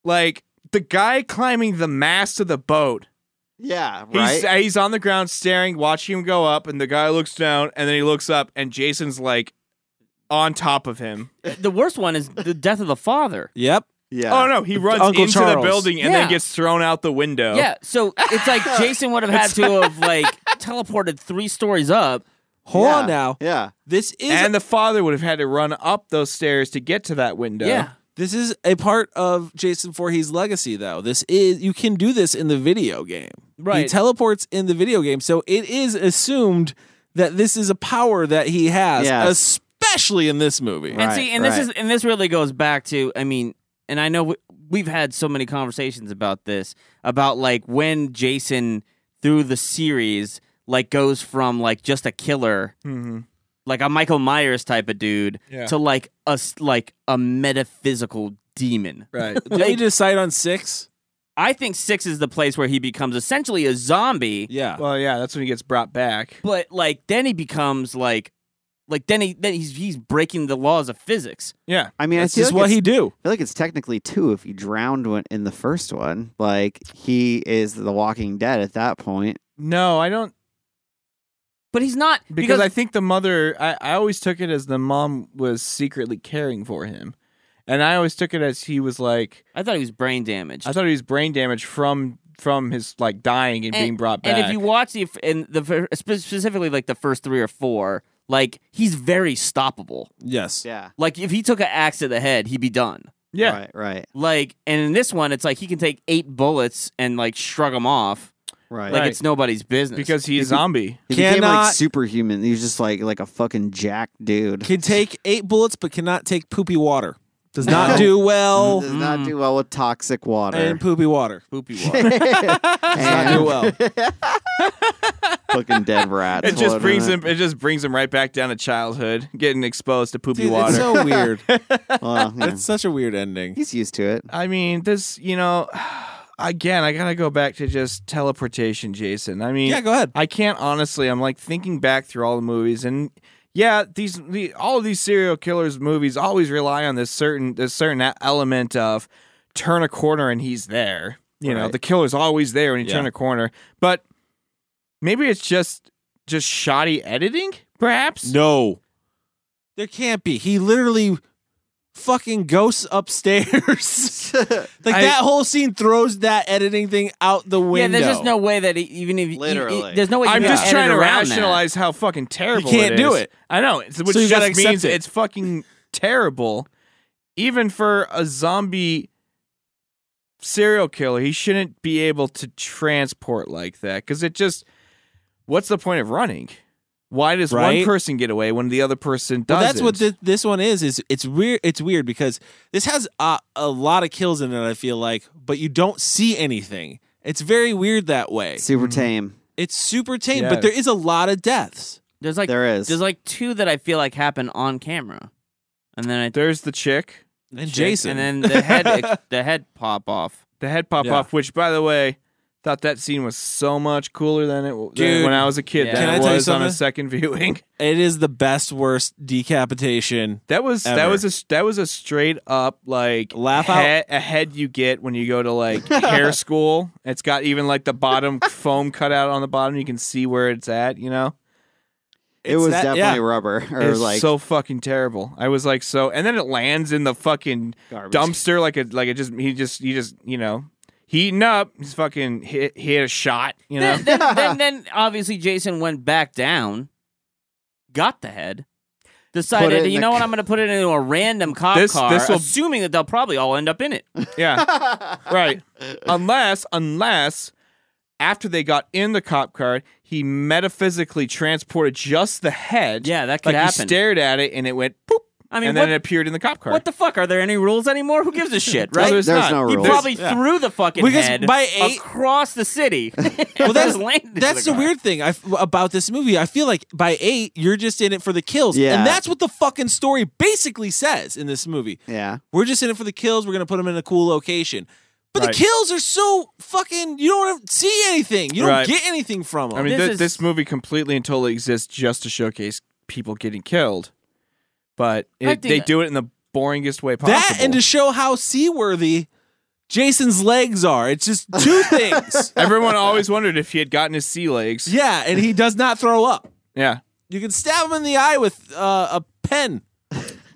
C: like the guy climbing the mast of the boat.
E: yeah,
C: He's
E: right.
C: he's on the ground staring, watching him go up, and the guy looks down, and then he looks up, and Jason's like on top of him.
D: the, the worst one is the death of the father.
A: Yep.
E: yeah.
C: Oh no, he runs
A: Uncle
C: into the
A: Charles.
C: building and then
D: Yeah.
C: gets thrown out the window.
D: Yeah, so it's like Jason would have had to have like teleported three stories up.
A: Hold
E: yeah.
A: on now.
E: Yeah.
A: This is
C: And the father would have had to run up those stairs to get to that window.
D: Yeah.
A: this is a part of Jason Voorhees' legacy, though. This is you can do this in the video game. He
D: Right.
A: teleports in the video game, so it is assumed that this is a power that he has,
E: Yes.
A: especially in this movie.
D: And
E: Right,
D: see, and
E: right.
D: this is and this really goes back to I mean, and I know we, we've had so many conversations about this about like when Jason through the series like goes from like just a killer,
C: Mm-hmm.
D: like a Michael Myers type of dude
C: Yeah.
D: to like a s- like a metaphysical demon.
C: Right.
A: Did we decide on six?
D: I think 6 is the place where he becomes essentially a zombie.
A: Yeah.
C: well, yeah, that's when he gets brought back.
D: but like then he becomes like like then he then he's he's breaking the laws of physics.
C: Yeah.
E: I mean,
A: That's
E: I feel
A: just
E: like
A: what
E: it's-
A: he do.
E: I feel like it's technically two if he drowned when, in the first one. Like he is the Walking Dead at that point.
C: No, I don't
D: But he's not
C: because,
D: because,
C: I think the mother I, I always took it as the mom was secretly caring for him. And I always took it as he was like
D: I, thought he was brain damaged.
C: I thought he was brain damaged from from his like dying and,
D: And-
C: being brought back.
D: and if you watch the and the fir- spe- specifically like the first three or four, like he's very stoppable.
A: Yes.
E: Yeah.
D: Like if he took an axe to the head, he'd be done.
C: yeah.
E: Right. Right.
D: Like and in this one, it's like he can take eight bullets and like shrug them off
E: Right.
D: like
C: Right.
D: it's nobody's business.
C: Because he's a zombie.
E: he became like
A: Cannot-
E: superhuman. He was just like like a fucking jack dude.
A: Can take eight bullets, but cannot take poopy water. Does not do well
E: Does not do well with toxic water.
A: in poopy water.
D: poopy water.
A: Does not do well.
E: fucking dead rats.
C: It just
E: floating
C: brings
E: in
C: him. It just brings him right back down to childhood, getting exposed to poopy
A: Dude,
C: water.
A: it's so weird.
E: it. Well, yeah.
A: That's such a weird ending.
E: He's used to it.
C: I mean, this. You know, again, I gotta go back to just teleportation, Jason. I mean,
A: Yeah, go ahead.
C: I can't honestly. I'm like thinking back through all the movies, and yeah, these the, all of these serial killers movies always rely on this certain this certain a- element of turn a corner and he's there. You know,
A: Right.
C: the killer's always there when you
A: Yeah.
C: turn a corner. But maybe it's just just shoddy editing, perhaps.
A: No. There can't be. He literally fucking ghosts upstairs. like
C: I-
A: that whole scene throws that editing thing out the
D: Yeah,
A: window.
D: there's just no way that he, even if
E: Literally.
D: he, there's no way. you
C: I'm
D: can
C: just
D: edit
C: trying to
D: around that.
C: rationalize how fucking terrible.
A: can't
C: it
A: do
C: is.
A: it.
C: I know, it's- which
A: So you gotta
C: just means
A: accept it.
C: it's fucking terrible. Even for a zombie serial killer, he shouldn't be able to transport like that because it just. What's the point of running? Why does one
A: Right?
C: person get away when the other person
A: Well,
C: doesn't?
A: that's what thi- this one is. Is it's weird. It's weird because this has a, a lot of kills in it. I feel like, but you don't see anything. It's very weird that way.
E: Super tame.
A: It's super tame,
C: Yeah.
A: but there is a lot of deaths.
D: There's like
E: There is.
D: There's like two that I feel like happen on camera, and then I
C: There's the chick,
A: And Jason,
D: and then the head ex- the head pop off.
C: the head pop
A: Yeah.
C: off. Which, by the way, thought that scene was so much cooler than it w- than
A: Dude.
C: when I was a kid.
D: Yeah.
C: Than
D: Can
A: I
C: it
A: tell you
C: was on a
A: something?
C: second viewing.
A: it is the best worst decapitation.
C: That was that
A: Ever.
C: was a that was a straight up like
A: Laugh out-
C: he- a head you get when you go to like hair school. It's got even like the bottom foam cut out on the bottom. You can see where it's at. You know,
E: it was
A: that-
E: definitely
A: yeah.
E: rubber or
C: it's
E: like
C: so fucking terrible. I was like so, and then it lands in the fucking
E: garbage.
C: dumpster like a like it just he just he just you know heating up. He's fucking hit hit a shot. You know,
D: Then, then, then, then obviously Jason went back down, got the head,
E: Put it
D: decided
E: in
D: you
E: the
D: know what
E: ca-
D: I'm going to put it into a random cop
C: This-
D: car,
C: this will-
D: assuming that they'll probably all end up in it.
C: yeah, right. Unless unless. After they got in the cop car, he metaphysically transported just the head.
D: Yeah, that could
C: like
D: happen.
C: you stared at it and it went poop,
D: I mean,
C: and then
D: what,
C: it appeared in the cop car.
D: what the fuck? Are there any rules anymore? Who gives a shit,
C: No,
D: right?
C: there's,
E: There's
C: not.
E: no
D: he
E: rules.
D: probably
A: Yeah.
D: threw the fucking
A: Because
D: head
A: by eight-
D: across the city.
A: Well, that's
D: landed in
A: that's the,
D: the car.
A: weird thing I f about this movie. I feel like by eight, you're just in it for the kills,
E: Yeah.
A: and that's what the fucking story basically says in this movie.
E: yeah.
A: We're just in it for the kills. We're gonna put them in a cool location. But
C: Right.
A: the kills are so fucking. You don't see anything. You don't
C: Right.
A: get anything from them.
C: I mean,
D: This
C: this,
D: is-
C: this movie completely and totally exists just to showcase people getting killed, but
D: I
C: it,
D: think-
C: they do it in the boringest way possible.
A: that and to show how seaworthy Jason's legs are. It's just two things.
C: Everyone always wondered if he had gotten his sea legs.
A: Yeah, and he does not throw up.
C: yeah,
A: You can stab him in the eye with uh, a pen.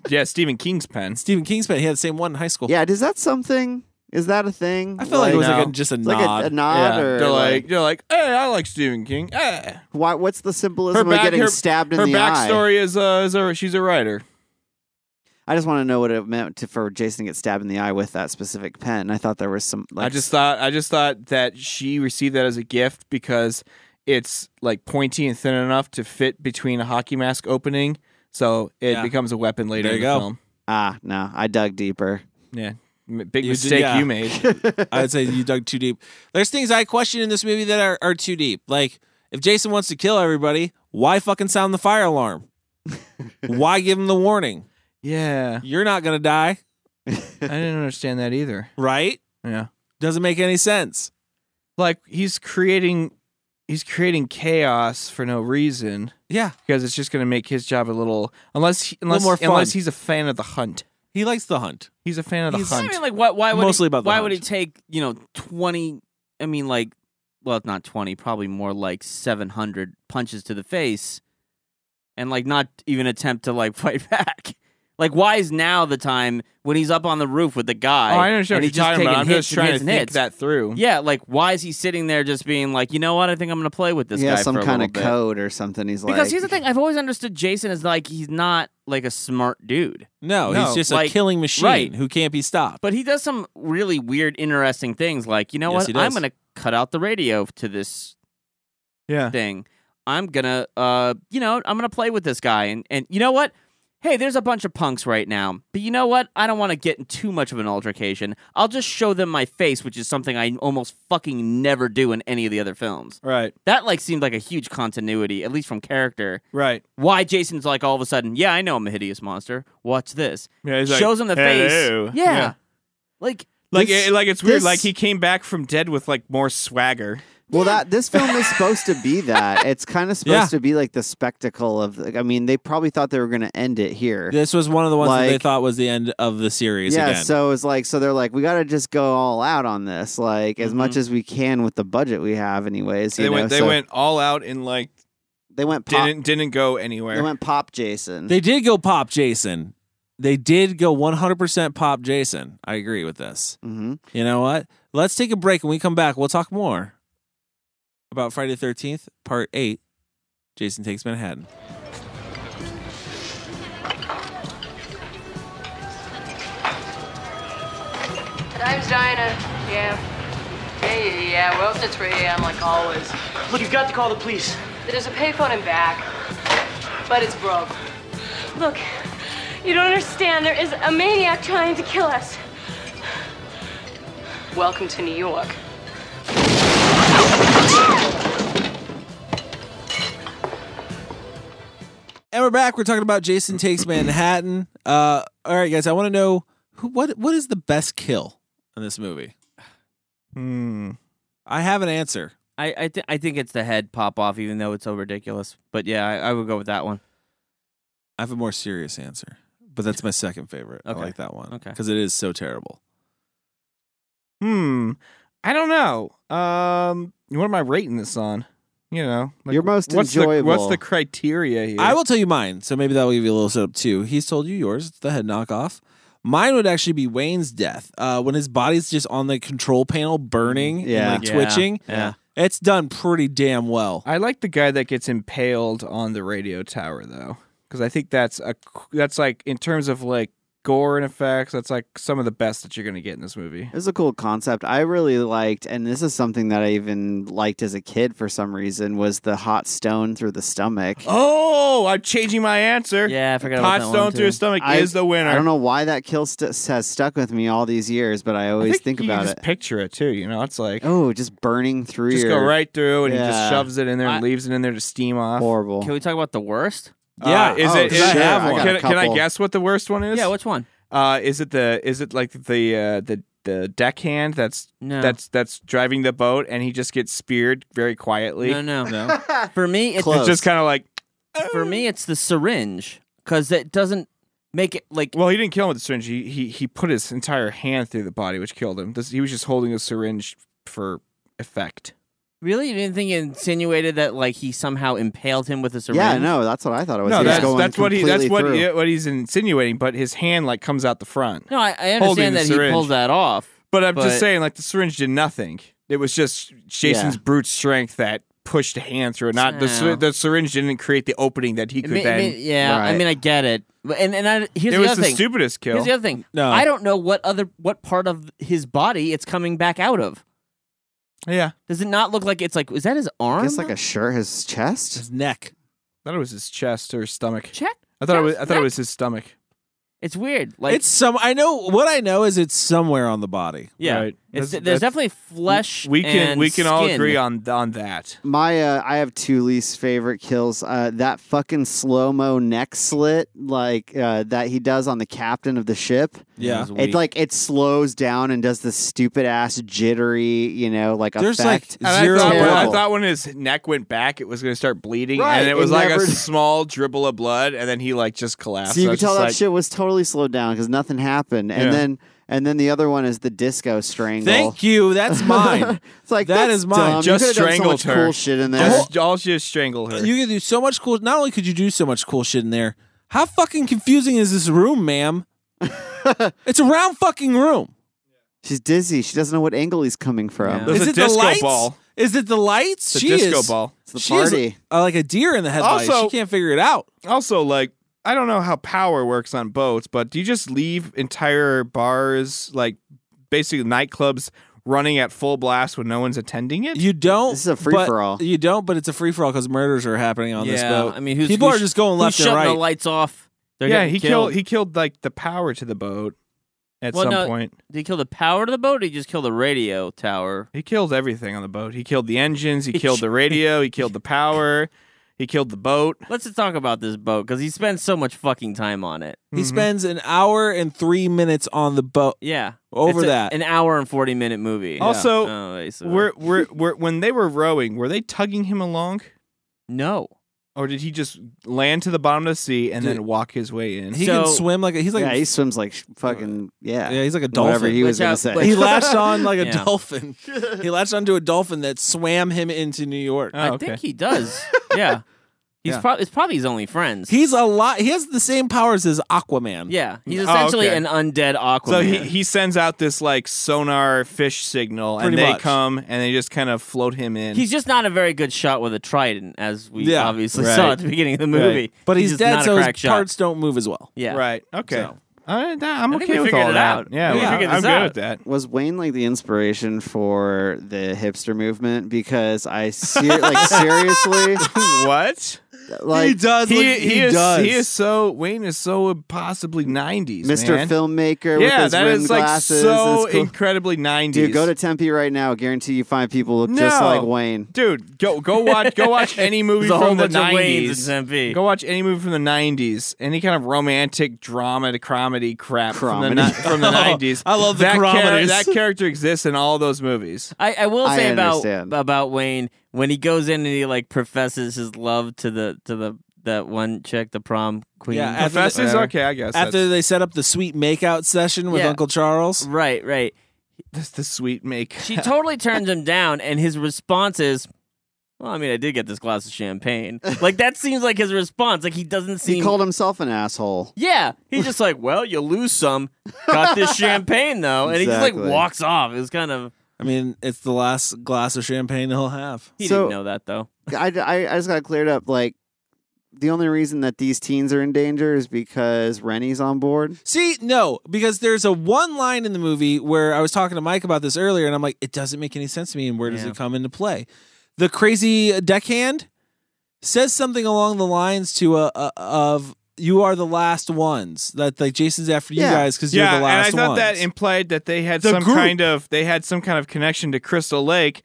C: yeah. Stephen King's pen.
A: Stephen King's pen. He had the same one in high school.
E: Yeah, is that something? Is that a thing?
A: I feel like, it was like a,
C: no.
A: just a
E: it's
A: nod.
E: like a, a nod
C: Yeah,
E: or
C: they're like, they're like, hey, I like Stephen King. Eh.
E: why, what's the
C: Her
E: symbolism of
C: back,
E: getting
C: her,
E: stabbed in
C: her
E: the eye?
C: backstory is uh, is a, she's a writer.
E: I just want to know what it meant to, for Jason to get stabbed in the eye with that specific pen. I thought there was some. Like,
C: I just thought I just thought that she received that as a gift because it's like pointy and thin enough to fit between a hockey mask opening, so it
A: Yeah.
C: becomes a weapon later
A: There
C: in
A: you
C: the
A: go.
C: film.
E: ah no, I dug deeper.
C: Yeah, M- big
A: You did-
C: mistake
A: yeah.
C: you made.
A: I'd say you dug too deep. There's things I question in this movie that are, are too deep. Like, if Jason wants to kill everybody, why fucking sound the fire alarm? why give him the warning?
C: yeah,
A: You're not going to die,
C: I didn't understand that either.
A: right?
C: Yeah,
A: Doesn't make any sense.
C: like he's creating he's creating chaos for no reason
A: Yeah.
C: because it's just going to make his job a little unless he,
A: Little
C: unless
A: more fun.
C: unless he's a fan of the hunt.
A: He likes the hunt.
C: He's a fan of the
A: He's-
D: I
C: hunt.
D: mean, like, why? Why would
A: Mostly
D: he,
A: about the
D: why would he
A: hunt.
D: take you know twenty? I mean, like, well, it's not twenty, probably more like seven hundred punches to the face, and like not even attempt to like fight back. Like, why is now the time when he's up on the roof with the guy?
C: oh, I understand
D: and
C: what
D: he's
C: you're
D: just
C: talking about.
D: taking
C: I'm
D: hits
C: just
D: and
C: trying to
D: hits and
C: think
D: hits.
C: that through.
D: Yeah, like, why is he sitting there just being like, you know what? I think I'm gonna play with this
E: he
D: guy
E: has some
D: for a
E: kind
D: little
E: of
D: bit.
E: code or something. He's like,
D: Because here's the thing: I've always understood Jason as like he's not like a smart dude.
A: No,
C: No,
A: he's just
D: like-
A: a killing machine
D: right.
A: who can't be stopped.
D: But he does some really weird, interesting things. Like, you know
A: Yes, he
D: what? I'm
A: does.
D: gonna cut out the radio to this
C: Yeah,
D: thing. I'm gonna, uh, you know, I'm gonna play with this guy, and and you know what? Hey, there's a bunch of punks right now, but you know what? I don't want to get in too much of an altercation. I'll just show them my face, which is something I almost fucking never do in any of the other films.
C: right,
D: That like seemed like a huge continuity, at least from character.
C: right.
D: Why Jason's like all of a sudden, yeah, I know I'm a hideous monster. Watch this.
C: Yeah, he's like,
D: Shows him the
C: "Hello."
D: face. Yeah.
C: Yeah.
D: Like
C: Like,
E: This-
C: it, like it's weird.
E: this-
C: Like he came back from dead with like more swagger.
E: Well, that this film is supposed to be that. It's kind of supposed
A: Yeah.
E: to be like the spectacle of. Like, I mean, they probably thought they were going to end it here.
A: This was one of the ones that they
E: Like-
A: thought was the end of the series.
E: yeah,
A: again.
E: so it's like so they're like we got to just go all out on this, like as much as we can with the budget we have, anyways.
C: They
E: you know,
C: went. They
E: so
C: went all out and like
E: They went pop.
C: didn't didn't go
E: They
C: anywhere.
E: went pop, Jason.
A: They did go pop Jason. They did go 100% pop Jason. I agree with this.
E: Mhm.
A: You know what? Let's take a break. When we come back, we'll talk more about Friday the 13th, part 8 Jason Takes Manhattan.
H: Time's diner. Yeah. Yeah, yeah, yeah. We're up to 3 a.m. like always. Look, you've got to call the police. There's a payphone in back, but it's broke.
I: Look, you don't understand. There is a maniac trying to kill us.
H: Welcome to New York.
A: And we're back. We're talking about Jason Takes Manhattan. Uh, all right, guys, I want to know who, what what is the best kill in this movie?
C: Hmm.
A: I have an answer.
D: I I, th- I think it's the head pop off, even though it's so ridiculous. But yeah, I, I would go with that one.
A: I have a more serious answer, but that's my second favorite.
D: Okay.
A: I like that one
D: Okay.
A: because it is so terrible.
C: Hmm. I don't know. Um. What am I rating this on? You know,
E: Your most
C: what's The, what's
E: enjoyable.
C: the criteria here?
A: I will tell you mine, so maybe that will give you a little setup too. He's told you yours. It's the head knockoff. Mine would actually be Wayne's death uh, when his body's just on the control panel, burning,
E: Yeah.
A: and, like
D: Yeah.
A: twitching.
D: Yeah.
A: it's done pretty damn well.
C: I like the guy that gets impaled on the radio tower though, because I think that's a that's like in terms of like gore and effects, that's like some of the best that you're gonna get in this movie.
E: It was a cool concept. I really liked, and this is something that I even liked as a kid for some reason, was the hot stone through the stomach.
C: Oh, I'm changing my answer.
D: Yeah, I forgot about
C: Hot
D: that
C: stone
D: one
C: through
D: too.
C: his stomach
E: I-
C: is the winner.
E: I don't know why that kill st- has stuck with me all these years, but I always think,
C: you
E: about
C: just
E: it.
C: Picture it too. You know, it's like
E: Oh, just burning through
C: just
E: your
C: go right through, and he
E: Yeah.
C: just shoves it in there and
D: I-
C: leaves it in there to steam off.
E: horrible.
D: Can we talk about the worst?
C: Uh,
A: Yeah.
C: is
E: Oh,
C: it? Is,
E: sure, I got a
C: can, can I
E: couple.
C: guess what the worst one is?
D: Yeah, which one?
C: Uh, is it the is it like the uh, the the deckhand that's
D: No.
C: that's that's driving the boat and he just gets speared very quietly?
D: No, no, no. for me, it's
E: Close.
C: It's just kind of like
D: for me, it's the syringe because it doesn't make it like
C: well, he didn't kill him with the syringe. He he, he put his entire hand through the body, which killed him. This, he was just holding a syringe for effect.
D: really. You didn't think it insinuated that like he somehow impaled him with a syringe?
E: yeah, no, that's what I thought it was.
C: No,
E: Oh, He was
C: that's
E: going
C: that's what he that's
E: completely
C: what
E: through.
C: he, what he's insinuating, but his hand like comes out the front.
D: No, I, I
C: Holding
D: understand
C: the
D: that he
C: syringe.
D: pulled that off.
C: But I'm
D: But-
C: just saying, like the syringe did nothing. It was just Jason's
E: Yeah.
C: brute strength that pushed a hand through it. Not the
D: Yeah.
C: the the syringe didn't create the opening that he
D: It
C: could
D: may- it
C: then.
D: may- yeah, I
E: Right.
D: mean, I get it. But- And and I, here's
C: it
D: the
C: was
D: other
C: the
D: thing.
C: stupidest kill.
D: Here's the other thing.
A: No.
D: I don't know what other what part of his body it's coming back out of.
C: yeah,
D: Does it not look like it's like is that his
C: uh,
E: I
D: arm?
E: guess like a shirt, his chest.
A: His neck.
C: I thought it was his chest or his stomach.
D: check.
C: I thought it was. I
D: chest,
C: thought it
D: neck.
C: was his stomach.
D: It's weird. Like
A: it's some. I know what I know is it's somewhere on the body.
D: yeah.
C: Right.
D: It's,
C: That's-
D: there's
C: that's-
D: definitely flesh.
C: We can
D: and
C: we can all
D: skin.
C: agree on on that.
E: My, uh, I have two least favorite kills. Uh, that fucking slow mo neck slit, like uh, that he does on the captain of the ship.
A: Yeah.
D: It's
E: It
D: weak.
E: like it slows down and does this stupid ass jittery, you know, like
A: There's
E: effect.
A: like
C: And
A: zero.
C: I, thought when, I
E: Terrible.
C: thought when his neck went back, it was going to start bleeding,
E: Right,
C: and it
E: it
C: was like
E: never-
C: a small dribble of blood, and then he like just collapsed.
E: so
C: I
E: you could
C: was
E: tell
C: just
E: that
C: like,
E: shit was totally slowed down because nothing happened. And
C: Yeah.
E: then and then the other one is the disco strangle.
A: Thank you. That's mine.
E: it's like
A: That
E: that's
A: is mine.
E: dumb. You
C: Just
E: could've done so
C: strangled
E: much
C: her.
E: Cool shit in there.
C: Just, I'll just strangle her.
A: You could do so much cool. Not only could you do so much cool shit in there, how fucking confusing is this room, ma'am? it's a round fucking room.
E: She's dizzy. She doesn't know what angle he's coming from.
D: Yeah.
C: There's
A: is
C: a
A: it the
C: disco
A: lights?
C: ball.
A: Is it the lights?
C: It's a
A: she
C: disco
A: is,
C: ball.
E: It's the
A: she is,
E: party.
A: uh, like a deer in the headlights.
C: Also-
A: she can't figure it out.
C: Also, like I don't know how power works on boats, but do you just leave entire bars, like basically nightclubs, running at full blast when no one's attending it?
A: You don't.
E: This is a
A: but-
E: free-for-all.
A: You don't, but it's a free for all because murders are happening on
D: yeah,
A: this boat.
D: I mean, who's
A: people
D: who's-
A: are just going
D: who's
A: left and
D: shutting
A: right.
D: The lights off. They're
C: yeah,
D: getting
C: he
D: killed.
C: killed. He killed like the power to the boat at
D: Well,
C: some
D: no.
C: point.
D: Did he kill the power to the boat? Or did he just kill the radio tower?
C: He killed everything on the boat. He killed the engines. He
D: He
C: killed
D: ch-
C: the radio. He killed the power. He killed the boat.
D: Let's just talk about this boat because he spends so much fucking time on it.
A: He spends an hour and three minutes on the boat.
D: Yeah,
A: Over
D: It's a-
A: that.
D: an hour and forty minute movie.
C: Also,
D: Oh, okay, so-
C: Were, were, were, when they were rowing, were they tugging him along?
D: No.
C: Or did he just land to the bottom of the sea and
A: Dude.
C: then walk his way in?
A: He can swim like a, he's like
E: yeah,
A: a-
E: he swims like sh- fucking yeah.
A: Yeah, he's like a
E: Whatever
A: dolphin.
E: he
A: Watch
E: was gonna
A: out,
E: say.
A: but- He latched on like a
D: Yeah.
A: dolphin. He latched onto a dolphin that swam him into New York.
D: I
C: Oh,
D: think he does. yeah, he's
A: Yeah.
D: probably it's probably his only friends.
A: He's a lot. He has the same powers as Aquaman.
D: yeah, he's
C: Oh,
D: essentially
C: okay.
D: an undead Aquaman.
C: So he, he sends out this like sonar fish signal,
A: Pretty
C: and they
A: much.
C: come and they just kind of float him in.
D: He's just not a very good shot with a trident, as we
A: Yeah.
D: obviously
C: Right.
D: saw at the beginning of the movie.
C: Right.
A: But he's,
D: just
A: dead,
D: not
A: so
D: a
A: his
D: crack shot.
A: parts don't move as well.
D: Yeah,
C: right. Okay.
A: So-
C: Uh, that- I'm
D: I think
C: okay
D: we
C: with
D: figured
C: all
D: it
C: that.
D: out.
C: Yeah,
D: We
C: well,
D: figured
C: I'm
D: this
C: good
D: out.
C: with that.
E: was Wayne like the inspiration for the hipster movement? Because I ser- like seriously,
C: what?
E: like
A: does.
C: He, he, is, He is so Wayne is so impossibly 90s,
E: Mr.
C: man.
E: Filmmaker with
C: Yeah,
E: his
C: that
E: rim
C: is like
E: glasses.
C: so
E: It's cool.
C: incredibly 90s.
E: Dude, go to Tempe right now. I guarantee you find people
C: no.
E: just like Wayne.
C: Dude, go go watch go watch any movie
D: There's a whole
C: from the
D: bunch of Waynes
C: 90s.
D: in SMP.
C: Go watch any movie from the 90s. Any kind of romantic drama to comedy crap from the, ni-
E: Cromedy.
C: from the 90s.
A: I love the
C: that,
A: Cromedies.
C: that character exists in all those movies.
D: I, I will
E: I
D: say about
E: understand.
D: about Wayne when he goes in and he like professes his love to the to the that one chick, the prom queen.
A: Yeah, after the-
C: Professors,
A: Whatever.
C: okay, I guess.
A: After
C: that's-
A: they set up the sweet makeout session with
D: Yeah.
A: Uncle Charles,
D: right, right.
C: that's the sweet make.
D: She totally turns him down, and his response is, "Well, I mean, I did get this glass of champagne." Like that seems like his response. Like he doesn't seem.
E: He called himself an asshole.
D: yeah, he's just like, "Well, you lose some, got this champagne though," and he just
E: Exactly.
D: like walks off. It was kind of
A: I mean, it's the last glass of champagne he'll have.
D: he
E: So-
D: didn't know that though.
E: I, I, I just got cleared up. Like, the only reason that these teens are in danger is because Rennie's on board.
A: See, no, because there's a one line in the movie where I was talking to Mike about this earlier, and I'm like, it doesn't make any sense to me. And where does
D: Yeah.
A: it come into play? The crazy deckhand says something along the lines to a, a of "You are the last ones." That like Jason's after you
E: Yeah.
A: guys because
C: yeah,
A: you're the last
C: and I thought
A: ones.
C: that implied that they had
A: The
C: some
A: group.
C: kind of they had some kind of connection to Crystal Lake,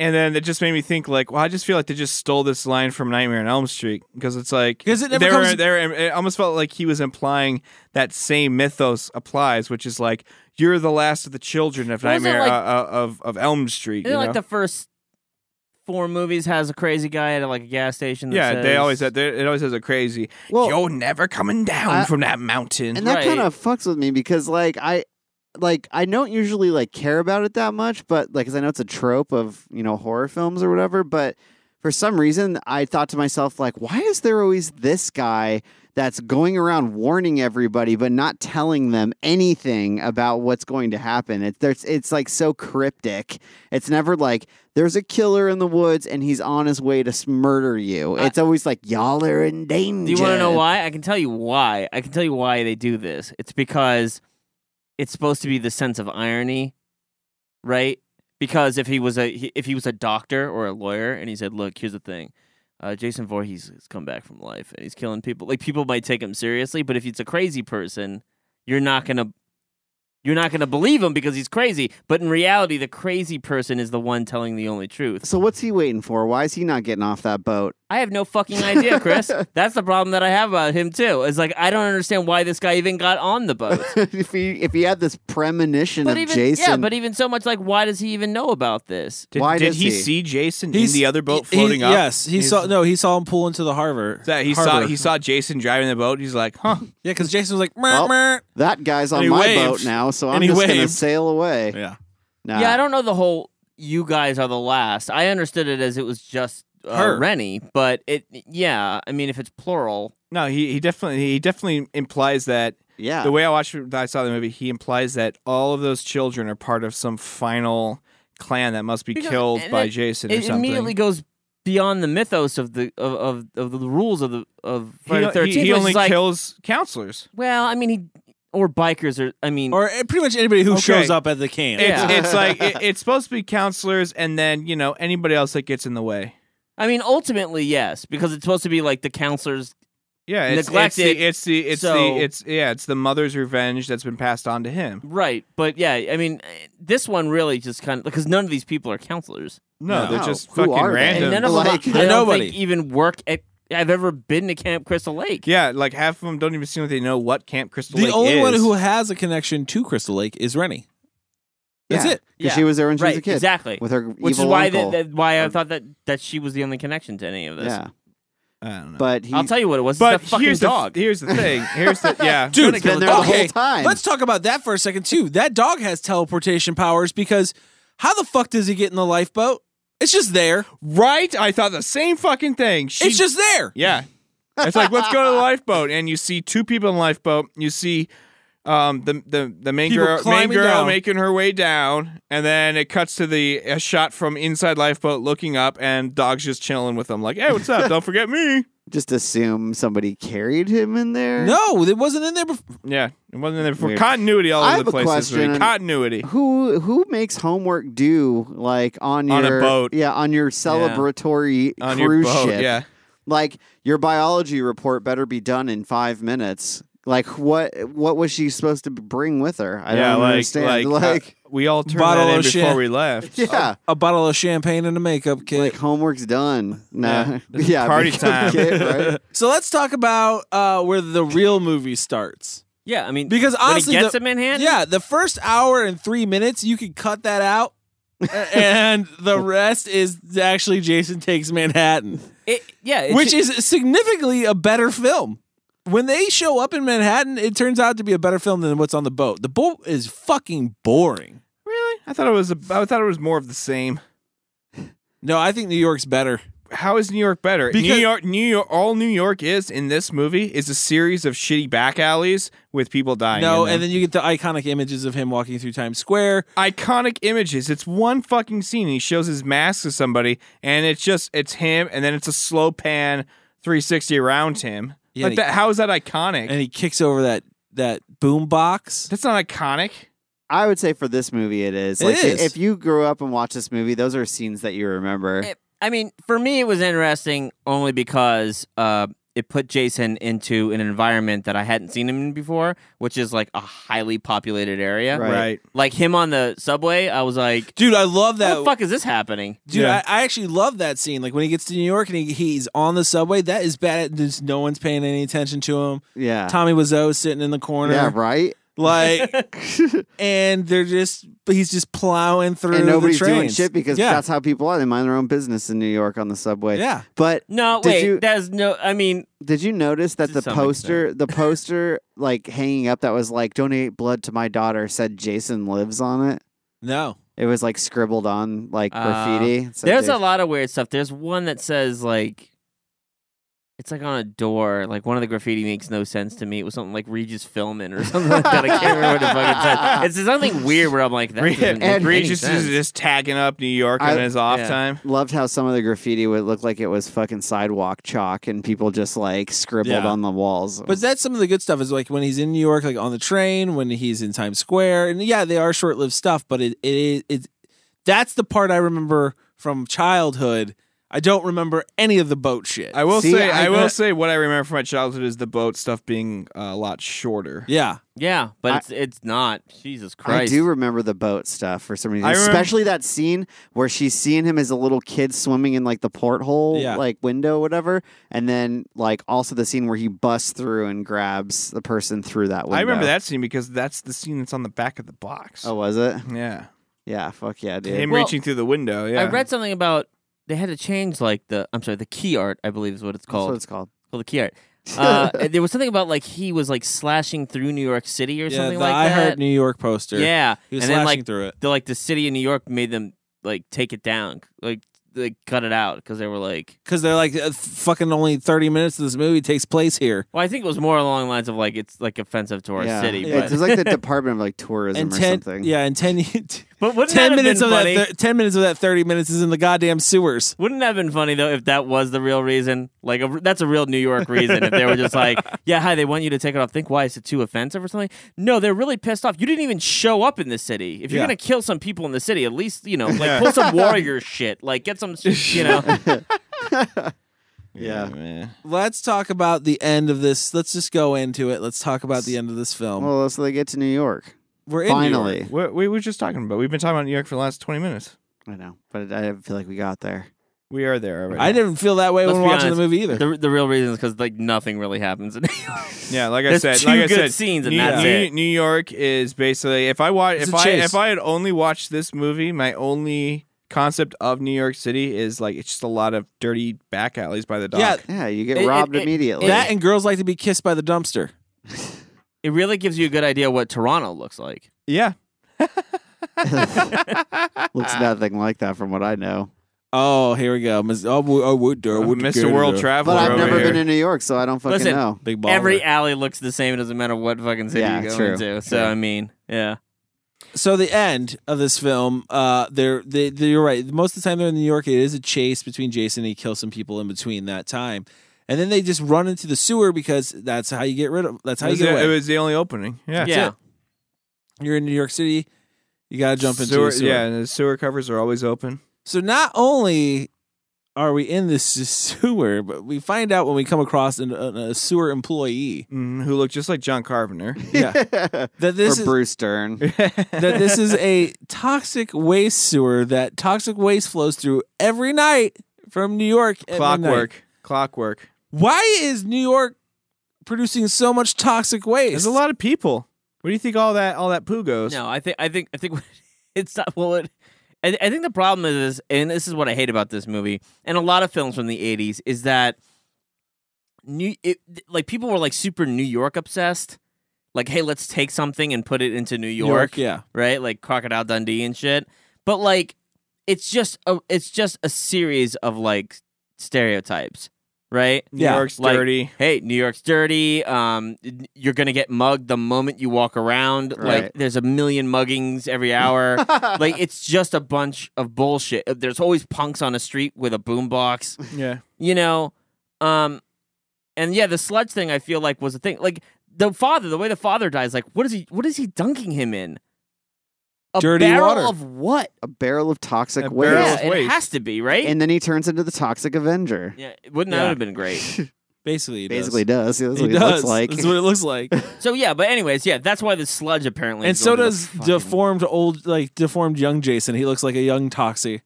C: and then it just made me think like, well, I just feel like they just stole this line from Nightmare on Elm Street because it's like
A: 'Cause it never
C: they
A: comes-
C: were, they were, it almost felt like he was implying that same mythos applies, which is like you're the last of the children of
D: Wasn't it
C: Nightmare
D: like-
C: uh, uh, of of Elm Street.
D: Isn't
C: you
D: it like
C: know?
D: the first four movies has a crazy guy at like a gas station? That
C: yeah, they
D: says-
C: always they, it always has a crazy.
E: Well,
C: You're never coming down
E: I-
C: from that mountain.
E: And that
D: Right.
E: kind of fucks with me because, like, I. Like I don't usually like care about it that much, but like 'cause I know it's a trope of you know horror films or whatever. But for some reason, I thought to myself like, why is there always this guy that's going around warning everybody but not telling them anything about what's going to happen? It's there's it's like so cryptic. It's never like there's a killer in the woods and he's on his way to s- murder you. It's always like y'all are in danger.
D: Do you want to know why? I can tell you why. I can tell you why they do this. It's because it's supposed to be the sense of irony, right? Because if he was a he- if he was a doctor or a lawyer and he said, "Look, here's the thing." Uh, Jason Voorhees has come back from life and he's killing people. Like people might take him seriously, but if he's a crazy person, you're not gonna you're not gonna believe him because he's crazy. But in reality, the crazy person is the one telling the only truth.
E: So what's he waiting for? Why is he not getting off that boat?
D: I have no fucking idea, Chris. That's the problem that I have about him too. Is like I don't understand why this guy even got on the boat.
E: if he if he had this premonition
D: But
E: of
D: even
E: Jason,
D: yeah, but even so much like why does he even know about this?
C: did,
E: why
C: did
E: does
C: he,
E: he?
C: see Jason
A: He's-
C: in the other boat
A: he-
C: floating up?
A: Yes, he
C: He's-
A: saw. No, he saw him pull into the harbor.
C: That he saw
A: harbor.
C: he saw Jason driving the boat. He's like, huh?
A: Yeah, because Jason was like,
E: Well,
A: "Mer, mer."
E: that guy's
A: And
E: on
A: he
E: my
A: waved.
E: boat now, so
A: And
E: I'm
A: he
E: just gonna
A: waved.
E: sail away.
A: yeah.
E: Nah.
D: Yeah, I don't know the whole you guys are the last. I understood it as it was just uh,
A: Her.
D: Rennie, but it yeah, I mean if it's plural,
C: No, he, he definitely he definitely implies that
E: yeah.
C: the way I watched it, I saw the movie. He implies that all of those children are part of some final clan that must be
D: Because-
C: killed
D: and
C: by
D: it-
C: Jason or
D: it
C: something.
D: immediately goes beyond the mythos of the of of, of the rules of the of
C: He-
D: Friday the
C: he,
D: 13th.
C: he
D: which
C: only
D: is like,
C: kills counselors.
D: well, I mean he or bikers or I mean
A: Or eh, pretty much anybody who
C: Okay.
A: shows up at the camp.
D: Yeah.
C: It's, it's like it, it's supposed to be counselors, and then you know anybody else that gets in the way.
D: I mean ultimately yes, because it's supposed to be like the counselors
C: Yeah, it's, it's
D: Neglected,
C: the it's the it's
D: so-
C: the it's yeah it's the mother's revenge that's been passed on to him.
D: Right, but yeah, I mean, eh, this one really just kind of because none of these people are counselors,
C: No,
A: No.
C: they're just
E: Who
C: fucking
E: are they?
D: and
C: random.
D: none of them
E: Like-
D: I don't
A: Nobody.
D: think even work at I've ever been to Camp Crystal Lake.
C: Yeah, like half of them don't even seem like they know what Camp Crystal
A: The
C: Lake
A: only
C: is.
A: one who has a connection to Crystal Lake is Rennie. That's
D: Yeah,
A: it.
D: 'cause she
E: was there when she was
D: right,
E: a kid
D: exactly.
E: with her
D: which
E: evil
D: is why
E: uncle.
D: that, that- why I thought that that she was the only connection to any of this.
E: Yeah.
C: I don't know.
E: But he,
D: I'll tell you what it was. It's
C: But
D: that fucking
C: here's the-
D: dog.
C: here's the thing. Here's the yeah.
A: Dude,
E: It's been there the whole time.
A: Let's talk about that for a second too. That dog has teleportation powers because how the fuck does he get in the lifeboat? It's just there.
C: Right? I thought the same fucking thing. She-
A: it's just there.
C: Yeah. It's like let's go to the lifeboat, and you see two people in the lifeboat. You see um, the the the main
A: People
C: girl, main
A: climbing
C: girl
A: down.
C: making her way down, and then it cuts to the a shot from inside lifeboat looking up, and dog's just chilling with them, like, "Hey, what's up? Don't forget me."
E: just assume somebody carried him in there.
A: No, it wasn't in there before.
C: Yeah, it wasn't in there before.
E: Weird.
C: Continuity all
E: I
C: over
E: have
C: the
E: a
C: place. this
E: question.
C: week. Continuity.
E: Who who makes homework due like on your
C: On a boat.
E: Yeah, on your celebratory
C: On your
E: cruise
C: boat,
E: ship.
C: yeah.
E: Like your biology report better be done in five minutes. Like what what was she supposed to bring with her? I
C: yeah,
E: don't
C: like,
E: understand.
C: Like, uh, we all turned
A: Bottle
C: that in
A: of
C: before
A: shit.
C: we left. Oh,
E: yeah.
A: A bottle of champagne and a makeup kit.
E: Like homework's done. Nah.
C: Yeah. This is party
E: makeup
C: time.
E: kit, right?
A: So let's talk about uh, where the real movie starts.
D: Yeah, I mean,
A: Because honestly,
D: when he gets
A: the-
D: him in hand,
A: yeah, the first hour and three minutes you could cut that out, a- and the rest is actually Jason Takes Manhattan,
D: it, yeah, it's
A: which is significantly a better film. When they show up in Manhattan, it turns out to be a better film than what's on the boat. The boat is fucking boring.
C: Really? I thought it was. A, I thought it was more of the same.
A: No, I think New York's better.
C: How is New York better? New
A: Because-
C: York, New York. All New York is in this movie is a series of shitty back alleys with people dying.
A: No,
C: in
A: and
C: them.
A: then you get the iconic images of him walking through Times Square.
C: iconic images. It's one fucking scene. He shows his mask to somebody, and it's just it's him, and then it's a slow pan 360 around him.
A: Yeah,
C: like
A: and he-
C: that. How is that iconic?
A: and he kicks over that that boom box.
C: That's not iconic.
E: I would say for this movie it is.
A: It
E: Like
A: is.
E: if you grew up and watched this movie, those are scenes that you remember.
D: It- I mean, for me, it was interesting only because uh, it put Jason into an environment that I hadn't seen him in before, which is like a highly populated area.
E: Right.
D: Like him on the subway, I was like,
A: Dude, I love
D: "How
A: that.
D: the fuck is this happening?"
A: Dude,
C: Yeah.
A: I, I actually love that scene. Like when he gets to New York and he, he's on the subway, that is bad. There's no one's paying any attention to him.
E: Yeah.
A: Tommy Wiseau is sitting in the corner,
E: Yeah, right?
A: like, and they're just he's just plowing through.
E: and nobody's
A: the
E: doing
A: trains.
E: shit because
A: yeah,
E: that's how people are. They mind their own business in New York on the subway.
A: yeah.
E: But
D: No,
E: Did
D: wait,
E: you-
D: there's no. I mean,
E: did you notice that
D: To
E: the
D: some
E: poster, the poster like hanging up that was like "Donate blood to my daughter" said Jason lives on it.
A: No,
E: It was like scribbled on like
D: Uh,
E: graffiti. It said
D: there's a
E: Jason-
D: lot of weird stuff. There's one that says like. It's like on a door. Like one of the graffiti makes no sense to me. It was something like Regis Philman or something like that. I can't remember what the fuck it said. It's something weird where I'm like, that. doesn't make
E: and
D: any
C: Regis
D: sense.
C: is just tagging up New York
E: I-
C: on his off
D: yeah.
C: time.
E: Loved how some of the graffiti would look like it was fucking sidewalk chalk and people just like scribbled
A: Yeah.
E: on the walls.
A: But that's some of the good stuff is like when he's in New York, like on the train, when he's in Times Square, and yeah, they are short-lived stuff. But it it it, that's the part I remember from childhood. I don't remember any of the boat shit.
C: I will
E: See,
C: say,
E: I
C: I, will
E: got-
C: say, what I remember from my childhood is the boat stuff being uh, a lot shorter.
A: yeah,
D: Yeah, but
E: I-
D: it's it's not. Jesus
E: I
D: Christ.
E: do remember the boat stuff for some reason,
C: I remem-
E: especially that scene where she's seeing him as a little kid swimming in like the porthole,
A: Yeah.
E: like window, whatever, and then like also the scene where he busts through and grabs the person through that window.
C: I remember that scene because that's the scene that's on the back of the box.
E: Oh, was it?
C: yeah,
E: Yeah, fuck yeah, dude.
C: him
D: Well,
C: reaching through the window. Yeah,
D: I read something about they had to change like the I'm sorry, the key art, I believe is what it's
E: That's
D: called.
E: what it's called.
D: called the key art. Uh, and there was something about like he was like slashing through New York City or
A: yeah.
D: something
A: the
D: like
A: I
D: that.
A: Heart New York poster.
D: Yeah.
A: he was
D: and
A: slashing
D: then like
A: through it.
D: the like the city of New York made them like take it down. Like they cut it out because they were like
A: because they're like "Uh, fucking only 30 minutes of this movie takes place here
D: well, I think it was more along the lines of like it's like offensive to our
E: yeah.
D: city.
E: It's-
D: But,
E: It's like the Department of like Tourism
A: and
E: or
A: 10
E: something.
A: yeah and 10
D: but wouldn't
A: 10
D: that have
A: minutes
D: been
A: of that
D: funny?
A: thir- 10 minutes of that 30 minutes is in the goddamn sewers
D: Wouldn't that have been funny though if that was the real reason? Like a, that's a real New York reason. if they were just like, "Yeah, hi, they want you to take it off." Think why is it too offensive or something? No, they're really pissed off. You didn't even show up in the city. If you're
A: Yeah.
D: gonna kill some people in the city, at least you know, like pull some warrior shit. Like get some, you know.
E: Yeah.
C: man.
A: let's talk about the end of this let's just go into it let's talk about the end of this film
E: Well, so they get to New York.
A: we're in New York.
E: Finally.
C: We, we were just talking about. We've been talking about New York for the last twenty minutes.
E: I know, but I feel like we got there.
C: We are there already.
A: I didn't feel that way
D: Let's
A: when
D: be
A: watching
D: honest,
A: the movie either.
D: The, the real reason is because like nothing really happens. In
C: Yeah, like
D: There's
C: I said,
D: two
C: like I
D: good
C: said,
D: scenes and
C: New,
D: that's
C: New,
D: it.
C: New York is basically if I watch
D: It's
C: if
D: a
C: I
D: chase.
C: if I had only watched this movie, my only concept of New York City is like it's just a lot of dirty back alleys by the dock.
A: Yeah.
E: Yeah, you
A: It- it- it- That and girls like to be kissed by the dumpster.
D: It really gives you a good idea what Toronto looks like.
C: yeah.
E: Looks nothing like that from what I know.
A: Oh, here we go. Mis- oh, wo- oh, wo- der-
E: Uh,
A: wo- der- der-
E: But I've never been to New York, so I don't fucking
D: Listen,
E: know.
D: every alley looks the same. It doesn't matter what fucking city
E: Yeah,
D: you go
E: true,
D: into. So
E: true.
D: I mean, yeah.
A: So the end of this film, uh, they're they, they, you're right. Most of the time they're in New York. It is a chase between Jason. and He kills some people in between that time, and then they just run into the sewer because that's how you get rid of. That's how
C: It
A: you
C: was,
A: get
C: the,
A: away.
C: it was the only opening. Yeah.
A: That's it. You're in New York City. You got to jump into
C: Sewer-
A: the sewer.
C: Yeah, and the sewer covers are always open.
A: So not only are we in this sewer, but we find out when we come across an, an, a sewer employee
C: Mm-hmm. who looked just like John Carpenter.
A: Yeah, that this
E: or
A: is,
E: Bruce Dern.
A: that this is a toxic waste sewer that toxic waste flows through every night from New York. At midnight.
C: Clockwork. Clockwork.
A: Why is New York producing so much toxic waste?
C: There's a lot of people. Where do you think all that all that poo goes?
D: No, I think I think I think it's not. Well, it, I, I think the problem is, is, and this is what I hate about this movie and a lot of films from the '80s, is that new, it, like people were like super New York obsessed. Like, hey, let's take something and put it into New
A: York,
D: York.
A: yeah.
D: right? Like Crocodile Dundee and shit. But like, it's just a, it's just a series of like stereotypes, right?
C: New Yeah. York's
D: Like,
C: dirty.
D: Hey, New York's dirty. Um, you're gonna get mugged the moment you walk around.
E: Right.
D: Like, there's a million muggings every hour. like, it's just a bunch of bullshit. Uh, There's always punks on the street with a boombox
C: Yeah.
D: you know um and yeah the sludge thing i feel like was a thing like the father the way the father dies like what is he what is he dunking him in a
E: Dirty
D: barrel
E: water.
D: of what
E: A barrel of toxic waste.
D: barrel of Yeah, it waste. has to be, right?
E: And then he turns into the Toxic Avenger.
D: yeah wouldn't that
E: Yeah.
D: have been great
A: Basically, it
E: Basically does. Yeah, that's
A: It
E: what he
A: does.
E: looks like.
A: That's what it looks like.
D: so yeah but anyways yeah that's why the sludge apparently
A: and
D: is
A: so
D: going to the
A: does
D: fucking-
A: deformed old, like deformed young Jason. He looks like a young Toxie.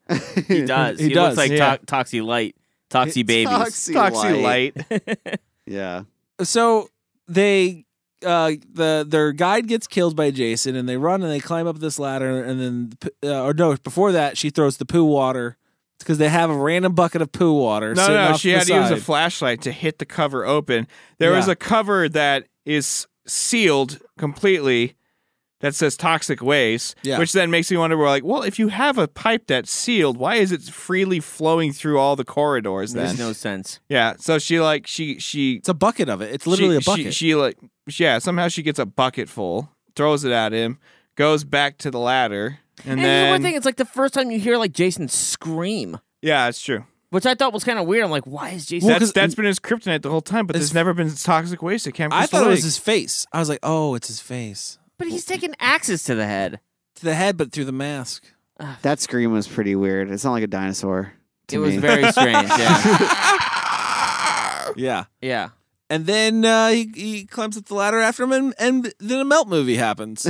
D: he does
A: He
D: he,
A: does,
D: looks like
A: yeah.
D: to- toxie light toxie babies
E: Toxie Toxie Light. yeah.
A: so they uh the their guide gets killed by Jason and they run and they climb up this ladder and then the p- uh, or no before that she throws the poo water because they have a random bucket of poo water
C: No,
A: sitting
C: no,
A: off
C: she
A: the
C: had to use a
A: side.
C: flashlight to hit the cover open. There was
A: Yeah.
C: a cover that is sealed completely that says toxic waste,
A: Yeah.
C: which then makes me wonder we're like, well, if you have a pipe that's sealed, why is it freely flowing through all the corridors then?
D: makes no sense
C: yeah, so she like she she It's
A: a bucket of it. It's literally a
C: She,
A: bucket.
C: she like yeah, somehow she gets a bucket full, throws it at him, goes back to the ladder, and,
D: and,
C: then
D: the one thing it's like the first time you hear like jason scream
C: Yeah, it's true.
D: which i thought was kind of weird i'm like why is jason
C: that's that's been his kryptonite the whole time, but there's never been toxic waste at Camp
A: I
C: Crystal
A: thought it was
C: Lake.
A: his face. I was like, oh, it's his face
D: but he's taking axes to the head
A: to the head, but through the mask.
E: That scream was pretty weird. It sounded like a dinosaur. to
D: It was
E: me.
D: very strange. Yeah.
A: Yeah,
D: yeah.
A: And then uh, he he climbs up the ladder after him, and, and then a melt movie happens.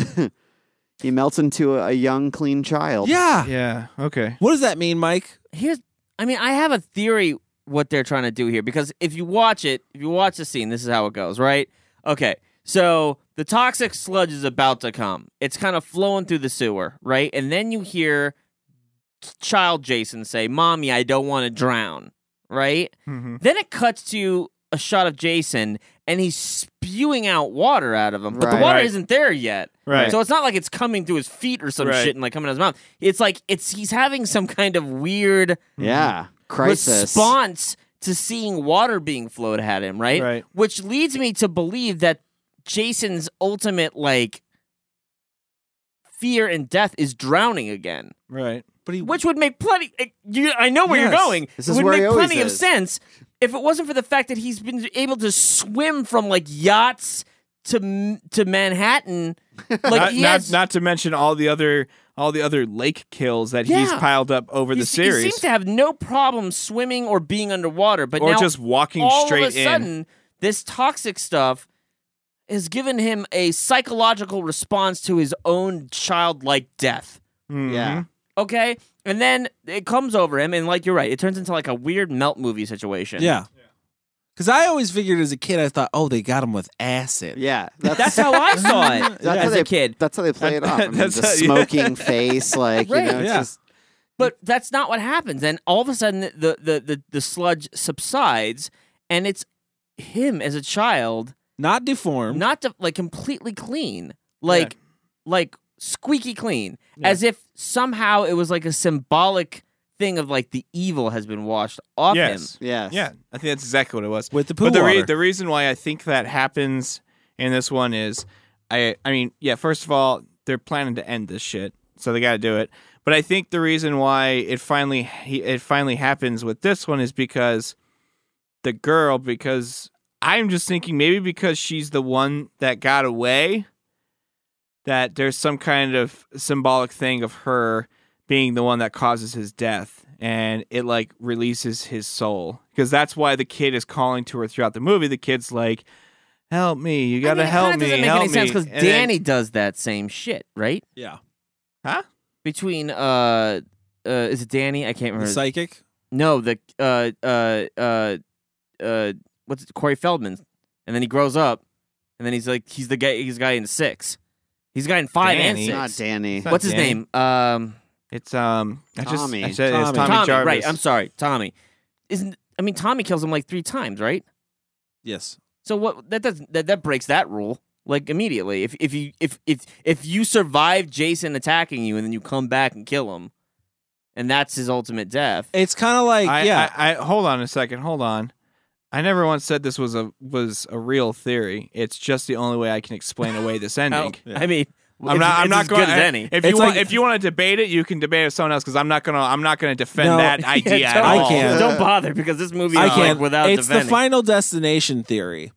E: he melts into a, a young, clean child.
A: yeah.
C: Yeah. Okay.
A: What does that mean, Mike?
D: Here's, I mean, I have a theory what they're trying to do here because if you watch it, if you watch the scene, this is how it goes, right? Okay. So the toxic sludge is about to come. It's kind of flowing through the sewer, right? And then you hear child Jason say, "Mommy, I don't want to drown." Right?
C: Mhm.
D: Then it cuts to a shot of Jason and he's spewing out water out of him, but
C: Right.
D: the water
C: Right.
D: isn't there yet.
C: Right.
D: So it's not like it's coming through his feet or some
C: Right.
D: shit and like coming out his mouth. It's like it's he's having some kind of weird
E: Yeah. Crisis.
D: response to seeing water being flowed at him, right?
E: Right.
D: Which leads me to believe that Jason's ultimate like fear and death is drowning again.
C: Right.
A: But he,
D: Which would make plenty. eh, You, I know where you're
C: Yes.
D: going.
C: This
D: it
C: is
D: would
C: where he
D: make
C: always
D: plenty of
C: is.
D: sense if it wasn't for the fact that he's been able to swim from like yachts to M- to Manhattan. Like
C: not,
D: he
C: not,
D: has,
C: not to mention all the other all the other lake kills that he's
D: Yeah.
C: piled up over the
D: He's- He
C: series.
D: seems to have no problem swimming or being underwater, but
C: Or
D: now
C: just walking
D: all
C: straight
D: of a
C: in.
D: sudden, this toxic stuff has given him a psychological response to his own childlike death.
E: Yeah.
D: Okay, and then it comes over him, and like you're right, it turns into like a weird melt movie situation.
A: Yeah. Because I always figured as a kid, I thought, oh, they got him with acid.
E: Yeah.
D: that's, how I saw it
E: That's how
D: as
E: they,
D: a kid.
E: That's how they play it off. I mean,
A: That's
E: the
A: how- yeah.
E: smoking face, like
D: Right.
E: you know, it's
A: Yeah.
E: just
D: But that's not what happens. And all of a sudden, the the the, the sludge subsides, and it's him as a child,
A: not deformed,
D: not de- like completely clean, like like squeaky clean, as if somehow it was like a symbolic thing of like the evil has been washed off
C: yes.
D: him.
E: Yes.
C: Yeah. I think that's exactly what it was.
A: With the poo
C: But e- the,
A: water.
C: the reason why I think that happens in this one is, I I mean, yeah. First of all, they're planning to end this shit, so they got to do it. But I think the reason why it finally he- it finally happens with this one is because the girl, because I'm just thinking maybe because she's the one that got away, that there's some kind of symbolic thing of her being the one that causes his death and it like releases his soul because that's why the kid is calling to her throughout the movie the kid's like help me you gotta
D: I mean, it
C: help
D: kinda
C: me
D: doesn't make
C: help
D: any sense
C: me."
D: because
C: And then-
D: Danny does that same shit, right?
A: Yeah.
C: huh
D: Between uh, uh, is it Danny? I can't
A: The
D: remember.
A: psychic.
D: No, the uh uh uh uh what's it, Corey Feldman, and then he grows up, and then he's like he's the guy he's the guy in six, he's the guy in five
C: Danny.
D: and six.
E: not Danny.
C: It's not
D: what's his
C: Danny.
D: name? Um,
C: it's um I just,
E: Tommy.
C: I said it's
A: Tommy.
C: Tommy, Jarvis
D: Right, I'm sorry, Tommy. Isn't I mean Tommy kills him like three times, right?
A: Yes.
D: So what that does that that breaks that rule like immediately. If if you if if if you survive Jason attacking you and then you come back and kill him, and that's his ultimate death.
A: It's kind of like,
C: I,
A: yeah.
C: I, I hold on a second hold on I never once said this was a was a real theory it's just the only way I can explain away this ending
D: I mean,
C: I'm
D: it's-
C: not. I'm
D: it's
C: not
D: as
C: going.
D: good as
C: I-
D: any.
C: If
A: It's
C: you want,
A: like-
C: if you want to debate it, you can debate it with someone else because I'm not gonna. I'm not gonna defend
A: No,
C: that idea
D: Yeah,
C: at
D: don't,
C: all.
A: I can't.
D: Don't bother because this movie
A: I
D: is
A: can't.
D: like without
A: it's
D: defending.
A: the final destination theory,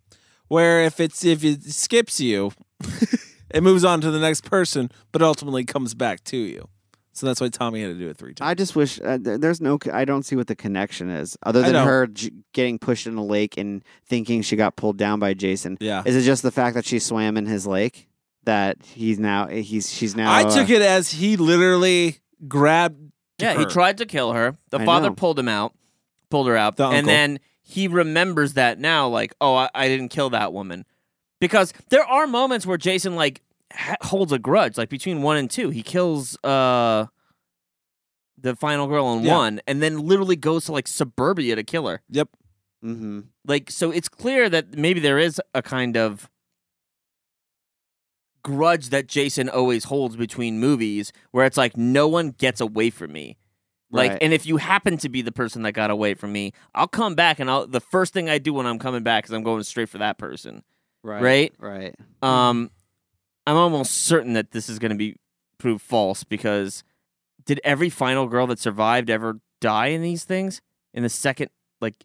A: where if it's if it skips you, it moves on to the next person, but ultimately comes back to you. So that's why Tommy had to do it three times.
E: I just wish uh, there- there's no. co- I don't see what the connection is other
A: I
E: than
A: know.
E: her j- getting pushed in a lake and thinking she got pulled down by Jason.
A: Yeah.
E: Is it just the fact that she swam in his lake that he's now he's she's now?
A: I took it as he literally grabbed.
D: yeah, he
A: her.
D: tried to kill her. The
E: I
D: father
E: know.
D: pulled him out, pulled her out,
A: The
D: and
A: uncle.
D: then he remembers that now. Like, oh, I, I didn't kill that woman, because there are moments where Jason like ha- holds a grudge. Like between one and two, he kills uh the final girl in
A: Yeah.
D: one, and then literally goes to like suburbia to kill her.
A: Yep.
E: hmm
D: Like, so it's clear that maybe there is a kind of grudge that Jason always holds between movies where it's like, no one gets away from me. Like,
E: Right.
D: and if you happen to be the person that got away from me, I'll come back and I'll, the first thing I do when I'm coming back is I'm going straight for that person.
E: Right.
D: Right?
E: Right.
D: Um, I'm almost certain that this is going to be proved false because did every final girl that survived ever die in these things in the second, like,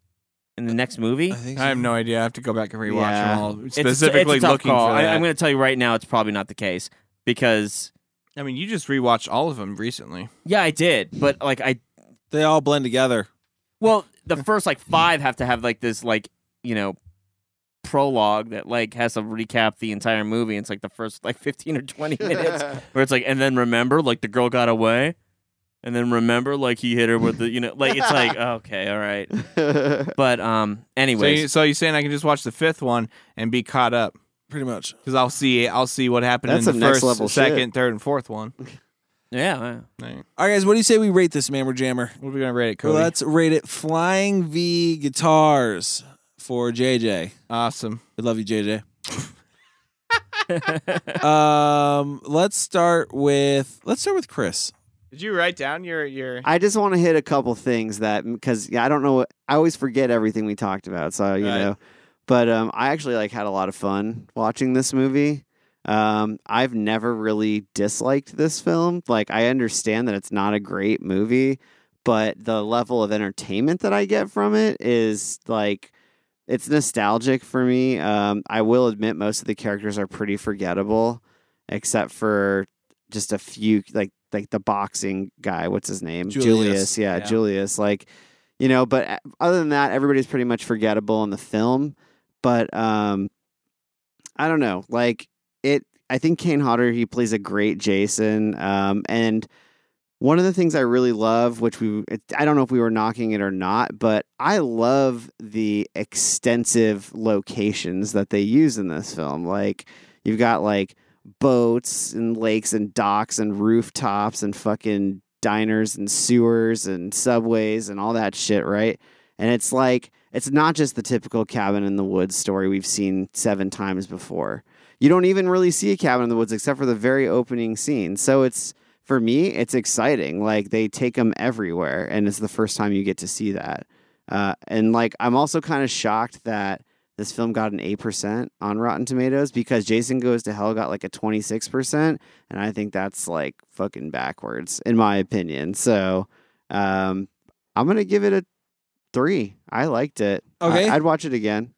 D: in the next movie?
A: I think
C: I have no idea. I have to go back and rewatch
E: Yeah.
C: them all
D: It's a- it's a
C: specifically
D: tough
C: looking
D: call.
C: for
D: I,
C: that. I,
D: am going to tell you right now, it's probably not the case because
C: mean, you just rewatched all of them recently.
D: yeah, I did, but like I
A: They all blend together.
D: well, the first like five have to have like this like you know prologue that like has to recap the entire movie. It's like the first like 15 or 20 minutes where it's like and then remember like the girl got away. And then remember, like he hit her with the, you know, like it's like okay, all right, but um,
C: So,
D: anyways,
C: you, so you're saying I can just watch the fifth one and be caught up
A: Pretty much.
C: because I'll see. I'll see what happened
E: That's
C: in
E: some
C: the
E: next
C: first,
E: level shit.
C: second, third, and fourth one.
D: yeah, yeah.
C: Right.
A: All right, guys. What do you say we rate this Mammer Jammer?
C: What are we gonna rate it, Cody?
A: Let's rate it flying V guitars for JJ.
C: awesome.
A: We love you, JJ. um, let's start with let's start with Chris.
C: Did you write down your your?
E: I just want to hit a couple things that because yeah, I don't know. I always forget everything we talked about, so you
C: Right.
E: know. But um, I actually like had a lot of fun watching this movie. Um, I've never really disliked this film. Like I understand that it's not a great movie, but the level of entertainment that I get from it is like it's nostalgic for me. Um, I will admit most of the characters are pretty forgettable, except for just a few like like the boxing guy. What's his name?
A: Julius.
E: Yeah,
A: Yeah.
E: Julius. Like you know, but uh, other than that, everybody's pretty much forgettable in the film. But um, I don't know. Like it, I think Kane Hodder he plays a great Jason. Um, and One of the things I really love, which we, it- I don't know if we were knocking it or not, but I love the extensive locations that they use in this film. Like, you've got like boats and lakes and docks and rooftops and fucking diners and sewers and subways and all that shit, right? And it's like, it's not just the typical cabin in the woods story we've seen seven times before. You don't even really see a cabin in the woods except for the very opening scene. So it's, for me, it's exciting. Like they take them everywhere, and it's the first time you get to see that. Uh, and like, I'm also kind of shocked that this film got an 8% on Rotten Tomatoes because Jason Goes to Hell got like a 26%. And I think that's like fucking backwards, in my opinion. So um, I'm going to give it a three. I liked it. I-
A: Okay.
E: I'd watch it again.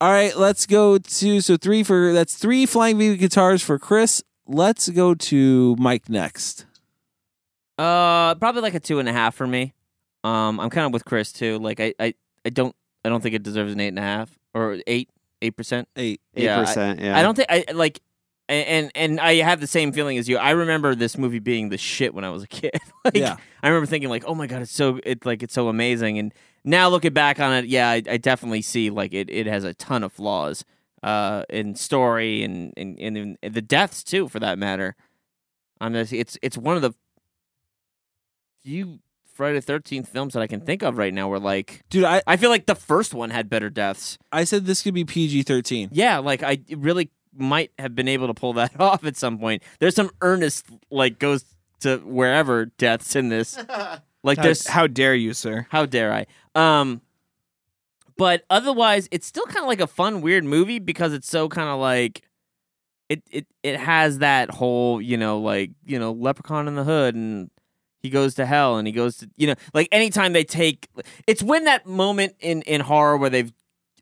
A: All right, let's go to so three for that's three flying V guitars for Chris. Let's go to Mike next.
D: Uh, probably like a two and a half for me. Um, I'm kind of with Chris too. Like I, I, I don't, I don't think it deserves an eight and a half or eight, eight percent,
A: eight,
E: 8%,
D: I,
E: yeah.
D: I don't think I like, a- and and I have the same feeling as you. I remember this movie being the shit when I was a kid. like,
A: Yeah.
D: I remember thinking like, oh my god, it's so, it's like it's so amazing. And now looking back on it, yeah, I, I definitely see like it, it has a ton of flaws, uh, in story and and and, and the deaths too, for that matter. I'm just, it's it's one of the few Friday Thirteenth films that I can think of right now where like,
A: dude, I
D: I feel like the first one had better deaths.
A: I said this could be PG 13.
D: Yeah, like I really might have been able to pull that off at some point. There's some earnest like goes to wherever deaths in this. Like
C: How-
D: there's
C: how dare you, sir?
D: How dare I? Um, but otherwise, it's still kind of like a fun, weird movie because it's so kind of like it it it has that whole you know like you know leprechaun in the hood and he goes to hell and he goes to you know like anytime they take it's when that moment in in horror where they've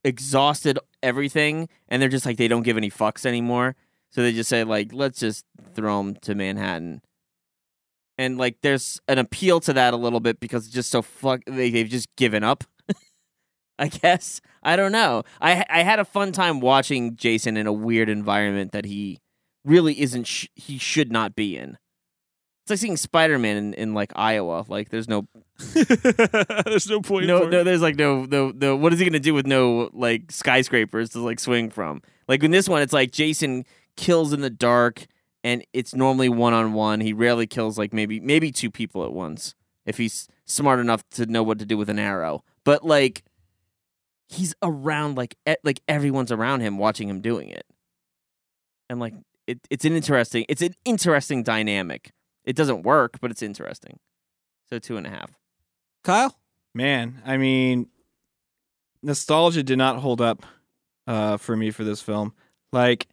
D: exhausted everything and they're just like they don't give any fucks anymore so they just say like let's just throw him to manhattan and like there's an appeal to that a little bit because it's just so fuck they, they've just given up i guess i don't know i i had a fun time watching jason in a weird environment that he really isn't sh- he should not be in it's like seeing spider-man in, in like iowa like there's no
A: there's no point
D: no
A: for it.
D: no there's like no no no what is he gonna do with no like skyscrapers to like swing from like in this one it's like jason kills in the dark and it's normally one-on-one he rarely kills like maybe maybe two people at once if he's smart enough to know what to do with an arrow but like he's around like e- like everyone's around him watching him doing it and like it, it's an interesting it's an interesting dynamic it doesn't work but it's interesting so two and a half
A: Kyle?
C: Man, I mean, nostalgia did not hold up uh, for me for this film. Like,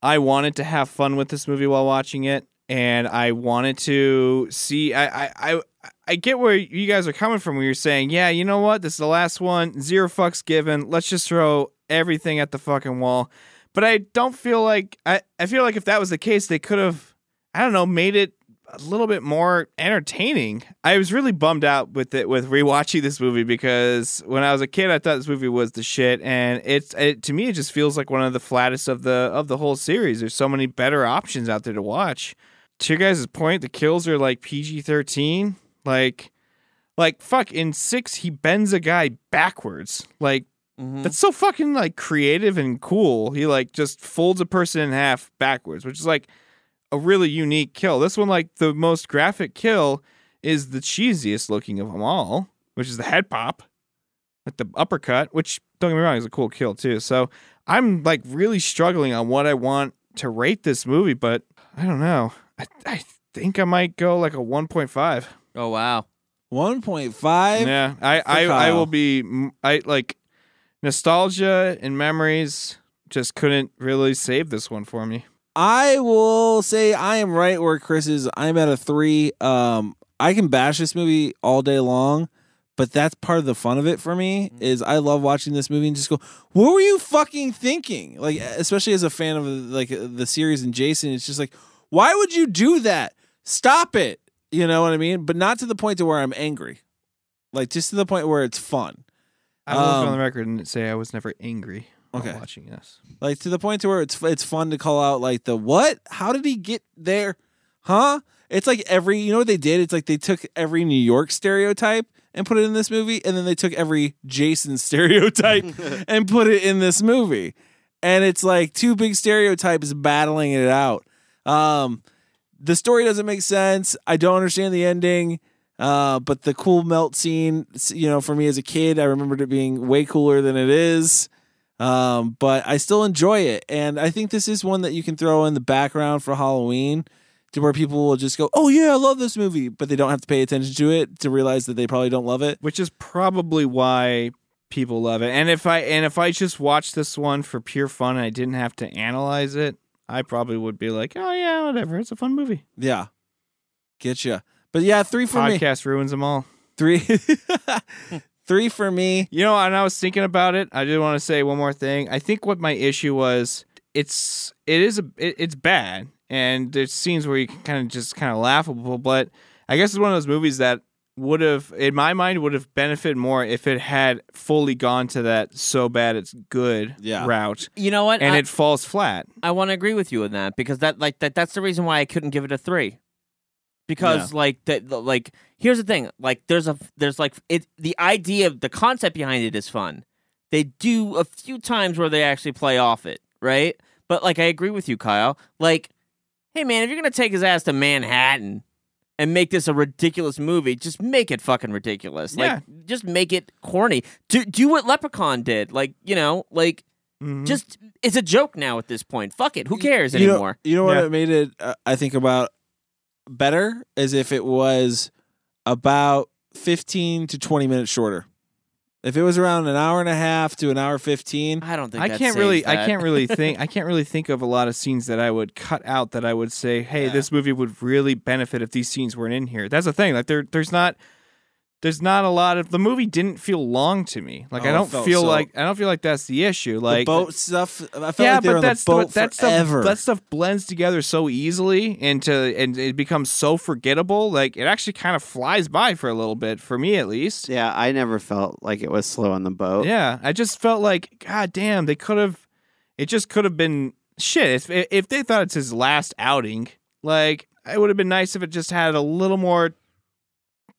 C: I wanted to have fun with this movie while watching it, and I wanted to see. I, I, I, I get where you guys are coming from. Where you're saying, yeah, you know what? This is the last one. Zero fucks given. Let's just throw everything at the fucking wall. But I don't feel like I. I feel like if that was the case, they could have. I don't know. Made it a little bit more entertaining. I was really bummed out with it with rewatching this movie because when I was a kid, I thought this movie was the shit, and it's it, to me it just feels like one of the flattest of the of the whole series. There's so many better options out there to watch. To your guys' point, the kills are like PG thirteen, like like fuck in six he bends a guy backwards, like.
D: Mm-hmm.
A: Mm-hmm.
C: That's so fucking like creative and cool. He like just folds a person in half backwards, which is like a really unique kill. This one, like the most graphic kill, is the cheesiest looking of them all, which is the head pop, like the uppercut. Which don't get me wrong, is a cool kill too. So I'm like really struggling on what I want to rate this movie, but I don't know. I, I think I might go like a 1.5.
D: Oh wow,
A: 1.5.
C: Yeah, I
A: for
C: I, I
A: Kyle.
C: will be m- I like nostalgia and memories just couldn't really save this one for me.
A: I will say I am right where Chris is. I'm at a three. Um, I can bash this movie all day long, but that's part of the fun of it for me. Is I love watching this movie and just go, "What were you fucking thinking?" Like, especially as a fan of like the series and Jason, it's just like, "Why would you do that? Stop it!" You know what I mean? But not to the point to where I'm angry. Like just to the point where it's fun.
C: I will
A: Um,
C: go on the record and say I was never angry while
A: Okay.
C: watching this.
A: like to the point to where it's it's fun to call out like the what? How did he get there? Huh? It's like every you know what they did? It's like they took every New York stereotype and put it in this movie, and then they took every Jason stereotype and put it in this movie. And it's like two big stereotypes battling it out. Um, the story doesn't make sense. I don't understand the ending. Uh, but the cool melt scene, you know, for me as a kid, I remembered it being way cooler than it is. Um, but I still enjoy it, and I think this is one that you can throw in the background for Halloween, to where people will just go, "Oh yeah, I love this movie," but they don't have to pay attention to it to realize that they probably don't love it.
C: Which is probably why people love it. And if I and if I just watched this one for pure fun and I didn't have to analyze it, I probably would be like, "Oh yeah, whatever. It's a fun movie."
A: Yeah, get you. But yeah, three for me.
C: Podcast ruins them all.
A: Three, three for me.
C: You know, and I was thinking about it. I did want to say one more thing. I think what my issue was, it's it is a it, it's bad, and there's scenes where you can kind of just kind of laughable. But I guess it's one of those movies that would have, in my mind, would have benefited more if it had fully gone to that so bad it's good
A: Yeah.
C: route.
D: You know what?
C: And
D: I-
C: it falls flat.
D: I want to agree with you on that because that like that that's the reason why I couldn't give it a three. Because like that the- like here's the thing like there's a there's like it the idea of the concept behind it is fun. They do a few times where they actually play off it right, but like I agree with you, Kyle. Like, hey man, if you're gonna take his ass to Manhattan and make this a ridiculous movie, just make it fucking ridiculous.
C: Yeah.
D: Like, just make it corny. Do do what Leprechaun did. Like you know like.
C: Mm-hmm. Hmm.
D: Just it's a joke now at this point. Fuck it. Who cares
A: you know-
D: anymore?
A: you know what
D: Yeah.
A: it made it, uh, I think, about better is if it was about 15 to 20 minutes shorter. If it was around an hour and a half to an hour 15,
D: I don't
C: I can't really I can't really think I can't really think of a lot of scenes that I would cut out that I would say, hey, this movie would really benefit if these scenes weren't in here. That's the thing. Like there there's not there's not a lot of the movie didn't feel long to me. Like
A: Oh,
C: I
A: it
C: don't
A: felt
C: feel
A: so.
C: like I don't feel like that's the issue. Like
A: the boat stuff, I felt
C: yeah,
A: like they
C: but
A: were on
C: that's
A: the boat
C: that
A: forever.
C: stuff that stuff blends together so easily into and it becomes so forgettable. Like it actually kind of flies by for a little bit for me at least.
E: Yeah, I never felt like it was slow on the boat.
C: Yeah, I just felt like, God damn, they could have. It just could have been shit. If if they thought it's his last outing, like it would have been nice if it just had a little more.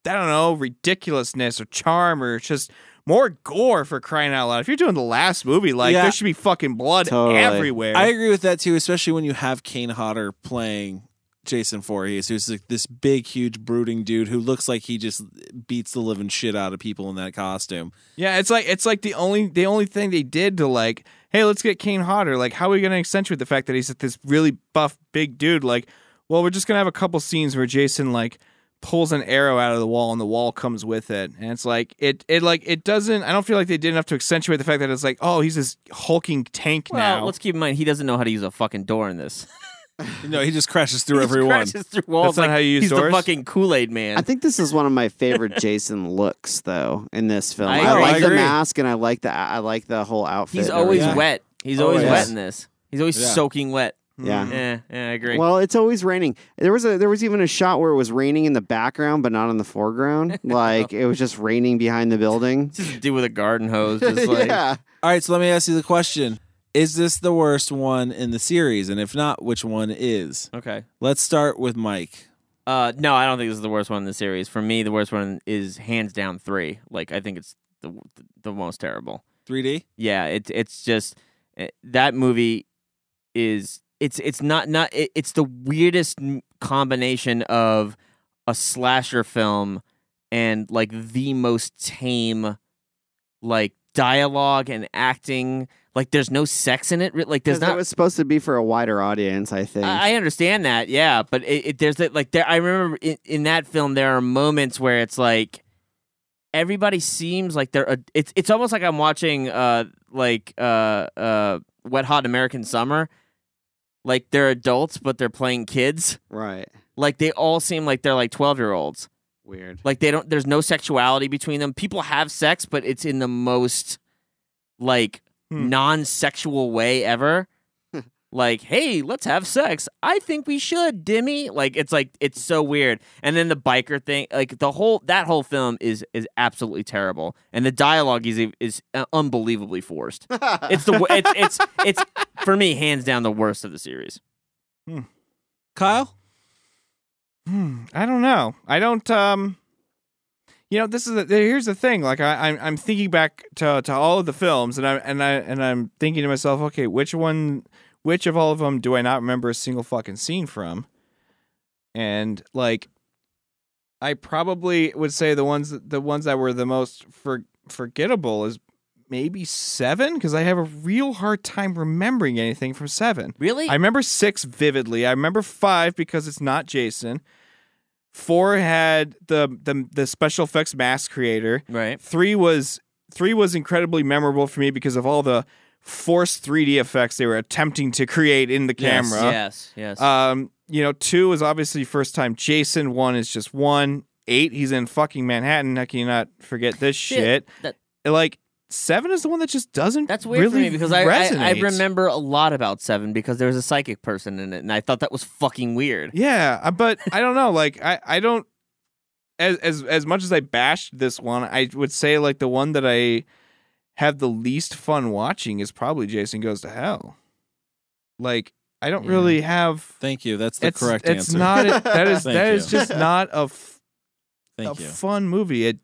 C: I don't know, ridiculousness or charm or just more gore for crying out loud. If you're doing the last movie, like
A: Yeah.
C: there should be fucking blood everywhere.
A: I agree with that too, especially when you have Kane Hodder playing Jason Voorhees, who's like this big, huge, brooding dude who looks like he just beats the living shit out of people in that costume.
C: Yeah, it's like it's like the only the only thing they did to like, hey, let's get Kane Hodder. Like, how are we gonna accentuate the fact that he's this really buff big dude? Like, well, we're just gonna have a couple scenes where Jason like pulls an arrow out of the wall and the wall comes with it. And it's like it it like it doesn't I don't feel like they did enough to accentuate the fact that it's like, oh, he's this hulking tank
D: Well,
C: now.
D: let's keep in mind he doesn't know how to use a fucking door in this.
A: No, he just crashes through
D: He just
A: everyone.
D: crashes through walls
C: That's not
D: like
C: how you use
D: he's the
C: doors?
D: fucking Kool Aid man.
E: I think this is one of my favorite Jason looks, though, in this film.
D: I
E: I,
D: agree.
E: like
D: I
E: the
D: agree.
E: mask and I like the I like the whole outfit.
D: he's
E: and
D: always
E: everything.
D: wet. He's
E: Oh,
D: always
E: yes.
D: wet in this. He's always
E: Yeah.
D: soaking wet.
E: Yeah.
C: Hmm.
D: yeah, yeah, I agree.
E: Well, it's always raining. There was a there was even a shot where it was raining in the background, but not in the foreground. Like it was just raining behind the building.
D: just do with a garden hose, just like
E: yeah.
A: All right, so let me ask you the question. Is this the worst one in the series? And if not, which one is?
D: okay.
A: Let's start with Mike.
D: Uh, no, I don't think this is the worst one in the series. For me, the worst one is hands down three. Like I think it's the the most terrible.
A: 3D?
D: Yeah, it's it's just eh, that movie is it's it's not not it, it's the weirdest m- combination of a slasher film and like the most tame like dialogue and acting. Like there's no sex in it. re- Like there's
E: Because
D: not
E: it was supposed to be for a wider audience, I think.
D: I I understand that, yeah, but it, it there's that like there. I remember in, in that film there are moments where it's like everybody seems like they're. A, it's it's almost like I'm watching uh like uh uh Wet Hot American Summer. Like they're adults, but they're playing kids.
E: right.
D: Like they all seem like they're like twelve year olds.
E: Weird.
D: Like they don't. There's no sexuality between them. People have sex, but it's in the most like
C: Hmm.
D: non-sexual way ever. like, hey, let's have sex. I think we should, Dimmy. Like it's like it's so weird. And then the biker thing, like the whole that whole film is is absolutely terrible. And the dialogue is is uh, unbelievably forced. it's the wo- it's it's it's for me hands down the worst of the series.
A: Kyle?
C: Hmm, I don't know. I don't. Um, you know, this is the, here's the thing. Like, I, I'm I'm thinking back to to all of the films, and I and I and I'm thinking to myself, okay, which one, which of all of them do I not remember a single fucking scene from? And like, I probably would say the ones that, the ones that were the most for, forgettable is maybe seven because I have a real hard time remembering anything from seven.
D: Really?
C: I remember six vividly. I remember five because it's not Jason. Four had the the, the special effects mask creator.
D: Right.
C: Three was three was incredibly memorable for me because of all the forced 3D effects they were attempting to create in the
D: Yes,
C: camera.
D: yes, yes.
C: Um, you know, two is obviously first time Jason. One is just one. Eight, he's in fucking Manhattan. How can you not forget this
D: Shit,
C: shit? like seven is the one that just doesn't.
D: That's weird
C: really
D: for me because I, I I
C: resonates.
D: remember a lot about Seven because there was a psychic person in it, and I thought that was fucking weird.
C: Yeah, uh, but I don't know. Like I, I don't. As as as much as I bashed this one, I would say like the one that I have the least fun watching is probably Jason Goes to Hell. Like I don't really have.
A: Thank you. That's the
C: it's,
A: correct
C: it's
A: answer.
C: not. A, that is
A: Thank
C: that
A: you.
C: is just not a, f-
A: Thank
C: a
A: you.
C: fun movie. It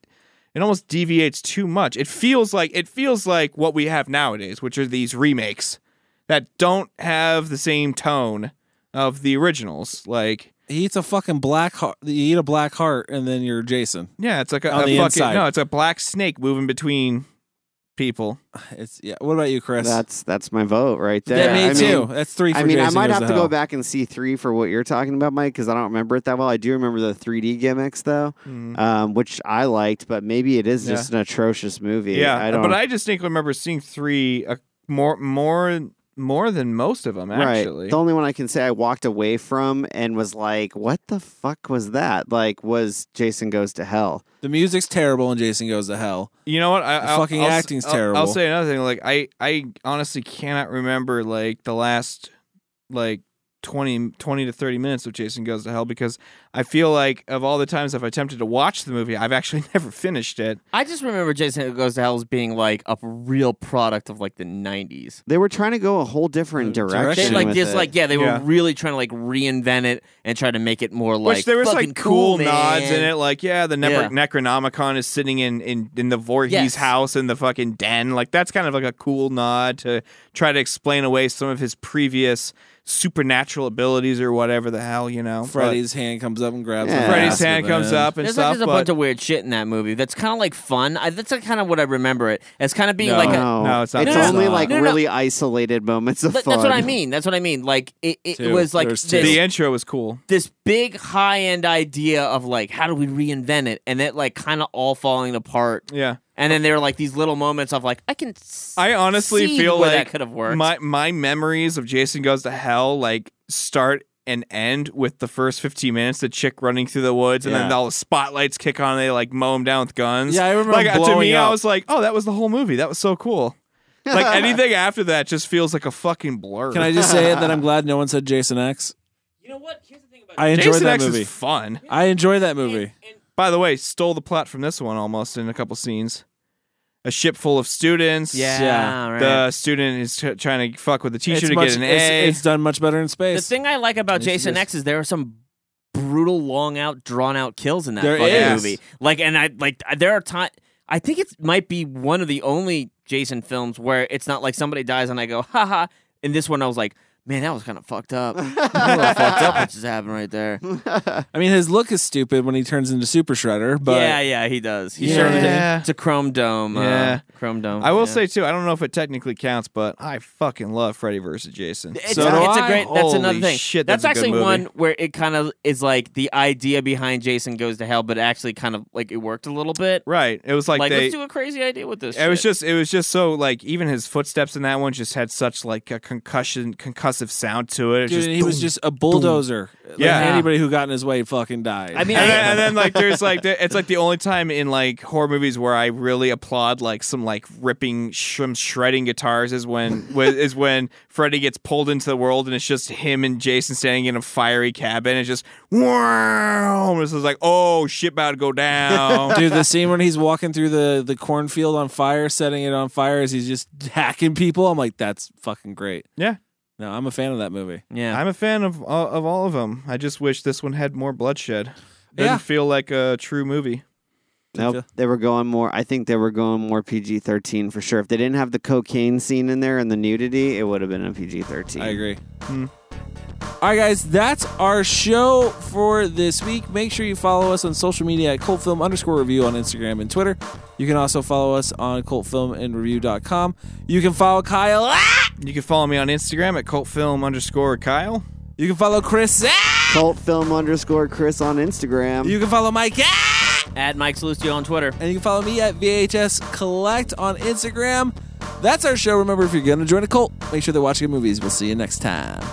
C: it almost deviates too much. It feels like it feels like what we have nowadays, which are these remakes that don't have the same tone of the originals. Like
A: He eats a fucking black heart. You eat a black heart, and then you're Jason.
C: yeah, it's like a,
A: On
C: a
A: the
C: fucking
A: inside.
C: no, it's a black snake moving between people.
A: It's yeah. What about you, Chris?
E: That's that's my vote right
A: That-
E: there.
A: me
E: I
A: too.
E: mean-
A: That's three
E: I
A: for
E: mean, I
A: Jason
E: might
A: Goes
E: have
A: to
E: to go
A: Hell.
E: back and see three for what you're talking about, Mike, because I don't remember it that well. I do remember the 3D gimmicks though,
C: Mhm.
E: um, which I liked, but maybe it is
C: Yeah.
E: just an atrocious movie.
C: Yeah,
E: I don't.
C: but I distinctly remember seeing three uh, more more more than most of them actually.
E: Right. The only one I can say I walked away from and was like, "What the fuck was that?" Like, was Jason Goes to Hell?
A: The music's terrible, and Jason goes to hell.
C: You know what? I,
A: The
C: I'll-
A: fucking
C: I'll s-
A: acting's
C: I'll-
A: terrible.
C: I'll, say another thing. Like I, I honestly cannot remember like the last like 20, 20 to thirty minutes of Jason Goes to Hell because I feel like of all the times I've attempted to watch the movie, I've actually never finished it.
D: I just remember Jason Goes to Hell as being like a real product of like the '90s.
E: They were trying to go a whole different direction.
D: They, like
E: with
D: this,
E: it.
D: like yeah, they
E: Yeah.
D: were really trying to like reinvent it and try to make it more like
C: Which there was
D: fucking
C: like cool,
D: man.
C: nods in it, like yeah, the
D: Yeah.
C: Necro- Necronomicon is sitting in in in the Voorhees
D: Yes.
C: house in the fucking den. Like that's kind of like a cool nod to try to explain away some of his previous supernatural abilities or whatever the hell you know. But-
A: Freddy's hand comes up and grabs. him.
C: Freddy's hand comes up and
D: There's
C: stuff.
D: like there's a
C: but
D: bunch of weird shit in that movie. That's kind of like fun. I, that's kind of what I remember it as kind of being like a
E: no, Oh. It's only like really isolated moments of
D: But
E: fun.
D: that's what I mean. That's what I mean. Like it, it, it was like this,
C: the intro was cool.
D: this big high end idea of like how do we reinvent it, and it like kind of all falling apart.
C: Yeah.
D: And then there were like these little moments of like I can. s-
C: I honestly
D: see
C: feel
D: where
C: like
D: that could have worked.
C: My my memories of Jason Goes to Hell like start and end with the first 15 minutes the chick running through the woods and then
A: Yeah.
C: all the spotlights kick on and they like mow him down with guns
A: Yeah, I remember
C: like
A: him
C: to me
A: blowing
C: i
A: up.
C: was like oh that was the whole movie that was so cool like anything after that just feels like a fucking blur
A: Can I just say that I'm glad no one said Jason X? You know what? Here's the thing about I enjoyed
C: Jason
A: that
C: X
A: movie.
C: is fun
A: I enjoyed that movie.
C: By the way, stole the plot from this one almost in a couple scenes. A ship full of students.
D: Yeah, Yeah. right.
C: The student is t- trying to fuck with the teacher
A: It's
C: to
A: much-
C: get an
A: it's-
C: A.
A: it's done much better in
D: the
A: space.
D: thing I like about
A: It's
D: Jason
A: just-
D: X is there are some brutal, long out, drawn out kills in that
A: There
D: fucking
A: is.
D: movie. Like, and I like I- there are times. I think it might be one of the only Jason films where it's not like somebody dies and I go, "Ha ha!" In this one, I was like, "Man, that was kind of fucked up. That was a little fucked up what just happened right there."
A: I mean, his look is stupid when he turns into Super Shredder, but
D: yeah, yeah, he does. He
A: Yeah.
D: sure did.
C: Yeah.
D: It's a chrome dome. uh,
C: Yeah.
D: chrome dome.
C: I will
D: yeah.
C: say too, I don't know if it technically counts, but I fucking love Freddy versus Jason.
D: It's,
C: So
D: a,
C: do
D: it's a
C: I.
D: great. That's
C: Holy
D: another thing.
C: Shit,
D: that's,
C: that's, a good
D: actually
C: movie.
D: one where it kind of is like the idea behind Jason goes to hell, but it actually kind of like it worked a little bit.
C: Right. It was like,
D: Like,
C: they,
D: let's do a crazy idea with this.
C: It was
D: shit.
C: just it was just so like even his footsteps in that one just had such like a concussion concussive sound to it. It
A: Dude,
C: just
A: he was
C: boom,
A: just a bulldozer. Like,
C: Yeah.
A: anybody who got in his way fucking died.
D: I mean,
C: and, then, and then, like there's like the, it's like the only time in like horror movies where I really applaud like some like ripping sh- some shredding guitars is when was, is when Freddy gets pulled into the world and it's just him and Jason standing in a fiery cabin and it's just wow and it's just like oh shit about to go down
A: Dude, the scene when he's walking through the, the cornfield on fire, setting it on fire as he's just hacking people, I'm like, that's fucking great.
C: yeah
A: No, I'm a fan of that movie.
D: Yeah,
C: I'm a fan of all, of all of them. I just wish this one had more bloodshed. Doesn't
A: Yeah.
C: feel like a true movie.
E: Nope. They were going more. I think they were going more PG thirteen for sure. If they didn't have the cocaine scene in there and the nudity, it would have been a PG thirteen.
A: I agree. All right, guys, that's our show for this week. Make sure you follow us on social media at cultfilm underscore review on Instagram and Twitter. You can also follow us on cultfilmandreview.com. You can follow Kyle. ah!
C: You can follow me on Instagram at cultfilm underscore Kyle.
A: You can follow Chris. ah!
E: Cult film underscore Chris on Instagram.
A: You can follow Mike. ah!
D: At Mike Salustio on Twitter.
A: And you can follow me at VHS Collect on Instagram. That's our show. Remember, if you're going to join a cult, make sure they're watching movies. We'll see you next time.